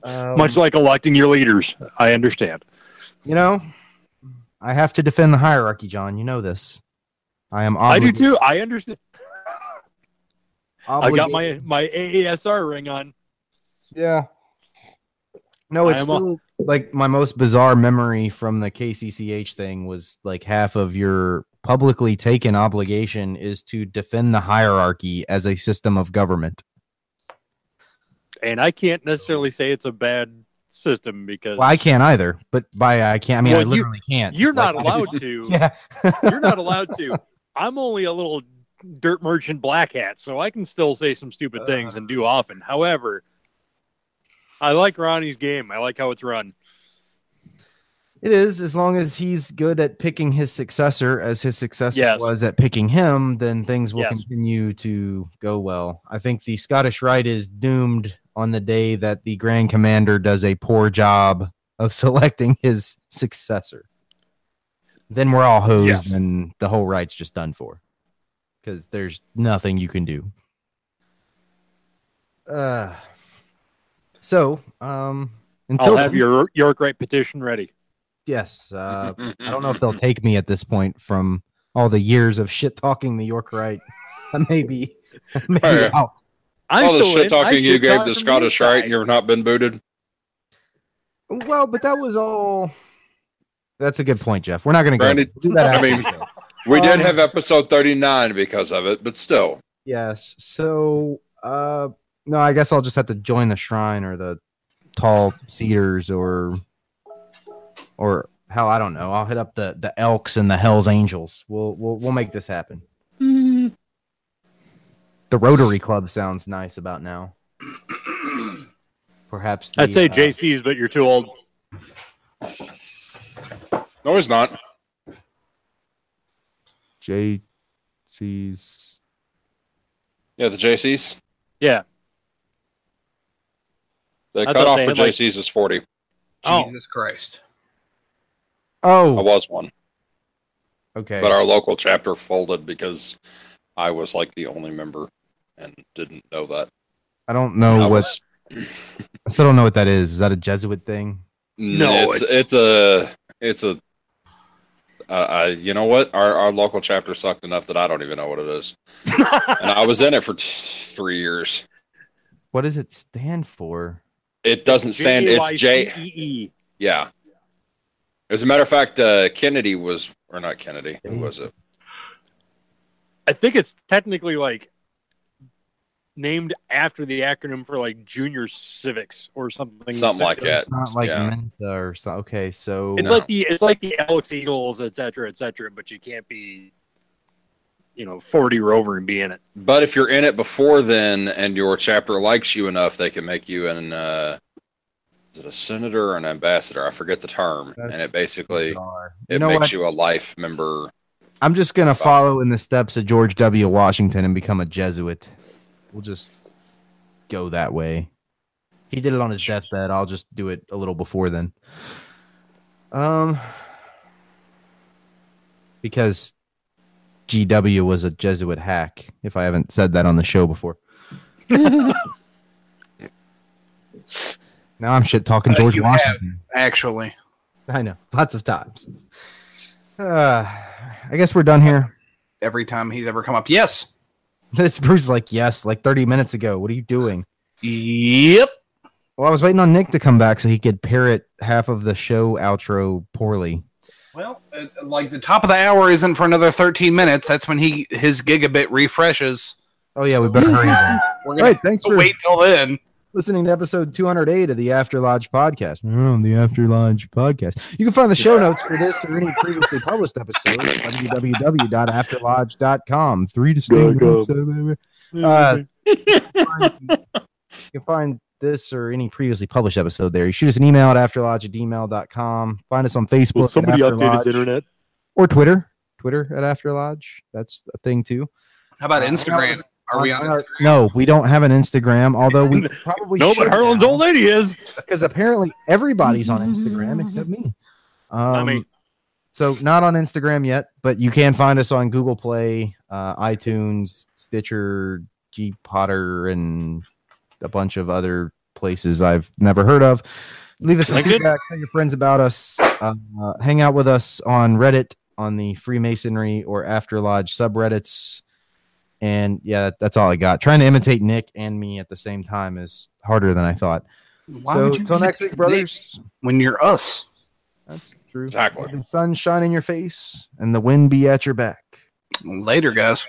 Um, Much like electing your leaders, I understand. You know, I have to defend the hierarchy, John. You know this. I am. I do oblig- too. I understand. I got obligated- my my AASR ring on. Yeah. No, it's I am a- still like my most bizarre memory from the KCCH thing was like half of your publicly taken obligation is to defend the hierarchy as a system of government. and I can't necessarily say it's a bad system because Well, I can't either, but by I can't, I mean, Well, I you- literally can't. you're Like, not I- allowed to. (laughs) Yeah. You're not allowed to. I'm only a little dirt merchant black hat, so I can still say some stupid things and do often. However, I like Ronnie's game. I like how it's run. It is as long as he's good at picking his successor as his successor Yes. was at picking him, then things will Yes. continue to go well. I think the Scottish Rite is doomed on the day that the Grand Commander does a poor job of (laughs) selecting his successor. Then we're all hosed Yes. and the whole right's just done for. Because there's nothing you can do. Uh so um until I'll have then- your York right petition ready. yes, uh Mm-hmm. I don't know Mm-hmm. if they'll take me at this point from all the years of shit talking the York right. (laughs) Maybe, (laughs) maybe Fair. out. I'm All the still shit in. I talking you shit gave talk the from Scottish right, and inside. you've not been booted. Well, but that was all. That's a good point, Jeff. We're not going to go. Granted, do that I after mean- the show. We did Um, have episode thirty nine because of it, but still, yes. So, uh, no, I guess I'll just have to join the shrine or the tall cedars or, or hell, I don't know. I'll hit up the the elks and the Hell's Angels. We'll we'll we'll make this happen. The Rotary Club sounds nice about now. Perhaps the, I'd say uh, JC's, but you're too old. no, he's not. JC's. Yeah, the JCs. Yeah. The thought cutoff they for had, like- JCs is forty. Oh, Jesus Christ. I Oh, was one, okay. but our local chapter folded because I was like the only member and didn't know that. I don't I know what. was- I still don't know what that is. Is that a Jesuit thing? No, Mm, it's, it's a it's a. Uh, I, you know what? Our our local chapter sucked enough that I don't even know what it is, and I was in it for t- three years. What does it stand for? It doesn't stand. E It's J. J-E-E. Yeah. As a matter of fact, uh, Kennedy was, or not Kennedy, who was it? I think it's technically like named after the acronym for like junior civics or something. Something like similar. that. It's not like yeah. Mensa or so. Okay, so It's No. like the it's like the Alex Eagles, et cetera, et cetera. But you can't be, you know, forty or over and be in it. But if you're in it before then and your chapter likes you enough, they can make you an, uh, is it a senator or an ambassador? I forget the term. and That's it basically, bizarre. it you know makes what? you a life member. I'm just gonna follow in the steps of George W. Washington and become a Jesuit. We'll just go that way. He did it on his deathbed. I'll just do it a little before then. Um, because GW was a Jesuit hack. If I haven't said that on the show before. (laughs) now I'm shit talking Uh, George you have. Washington. Actually, I know, lots of times. Uh, I guess we're done here. (laughs) every time he's ever come up, yes, This Bruce is like, yes, like 30 minutes ago. What are you doing? yep. Well, I was waiting on Nick to come back so he could parrot half of the show outro poorly. Well, uh, like the top of the hour isn't for another 13 minutes. That's when he his gigabit refreshes. Oh yeah, we better hurry. then. We're All gonna right, thanks have to for wait till then. listening to episode 208 of the After Lodge podcast. Mm, the After Lodge podcast. You can find the show notes for this or any previously published episode at www.afterlodge.com. Three to stay. Go, Uh, you can find this or any previously published episode there. You shoot us an email at afterlodge at gmail.com. Find us on Facebook. Will at somebody After update his Lodge, internet? Or Twitter. Twitter at After Lodge. That's a thing too. How about Uh, Instagram? Are we on our- Instagram? No, we don't have an Instagram, although we probably No, should but Harlan's now. old lady is. because apparently everybody's on Instagram except me. Um, I mean- so not on Instagram yet, but you can find us on Google Play, uh, iTunes, Stitcher, G Potter, and a bunch of other places I've never heard of. Leave us some LinkedIn? feedback. Tell your friends about us. Uh, uh, hang out with us on Reddit, on the Freemasonry or After Lodge subreddits. And yeah, that's all I got. Trying to imitate Nick and me at the same time is harder than I thought Why so would you till use next week, brothers. when you're us? That's true. Exactly. Let The sun shine in your face and the wind be at your back. Later, guys.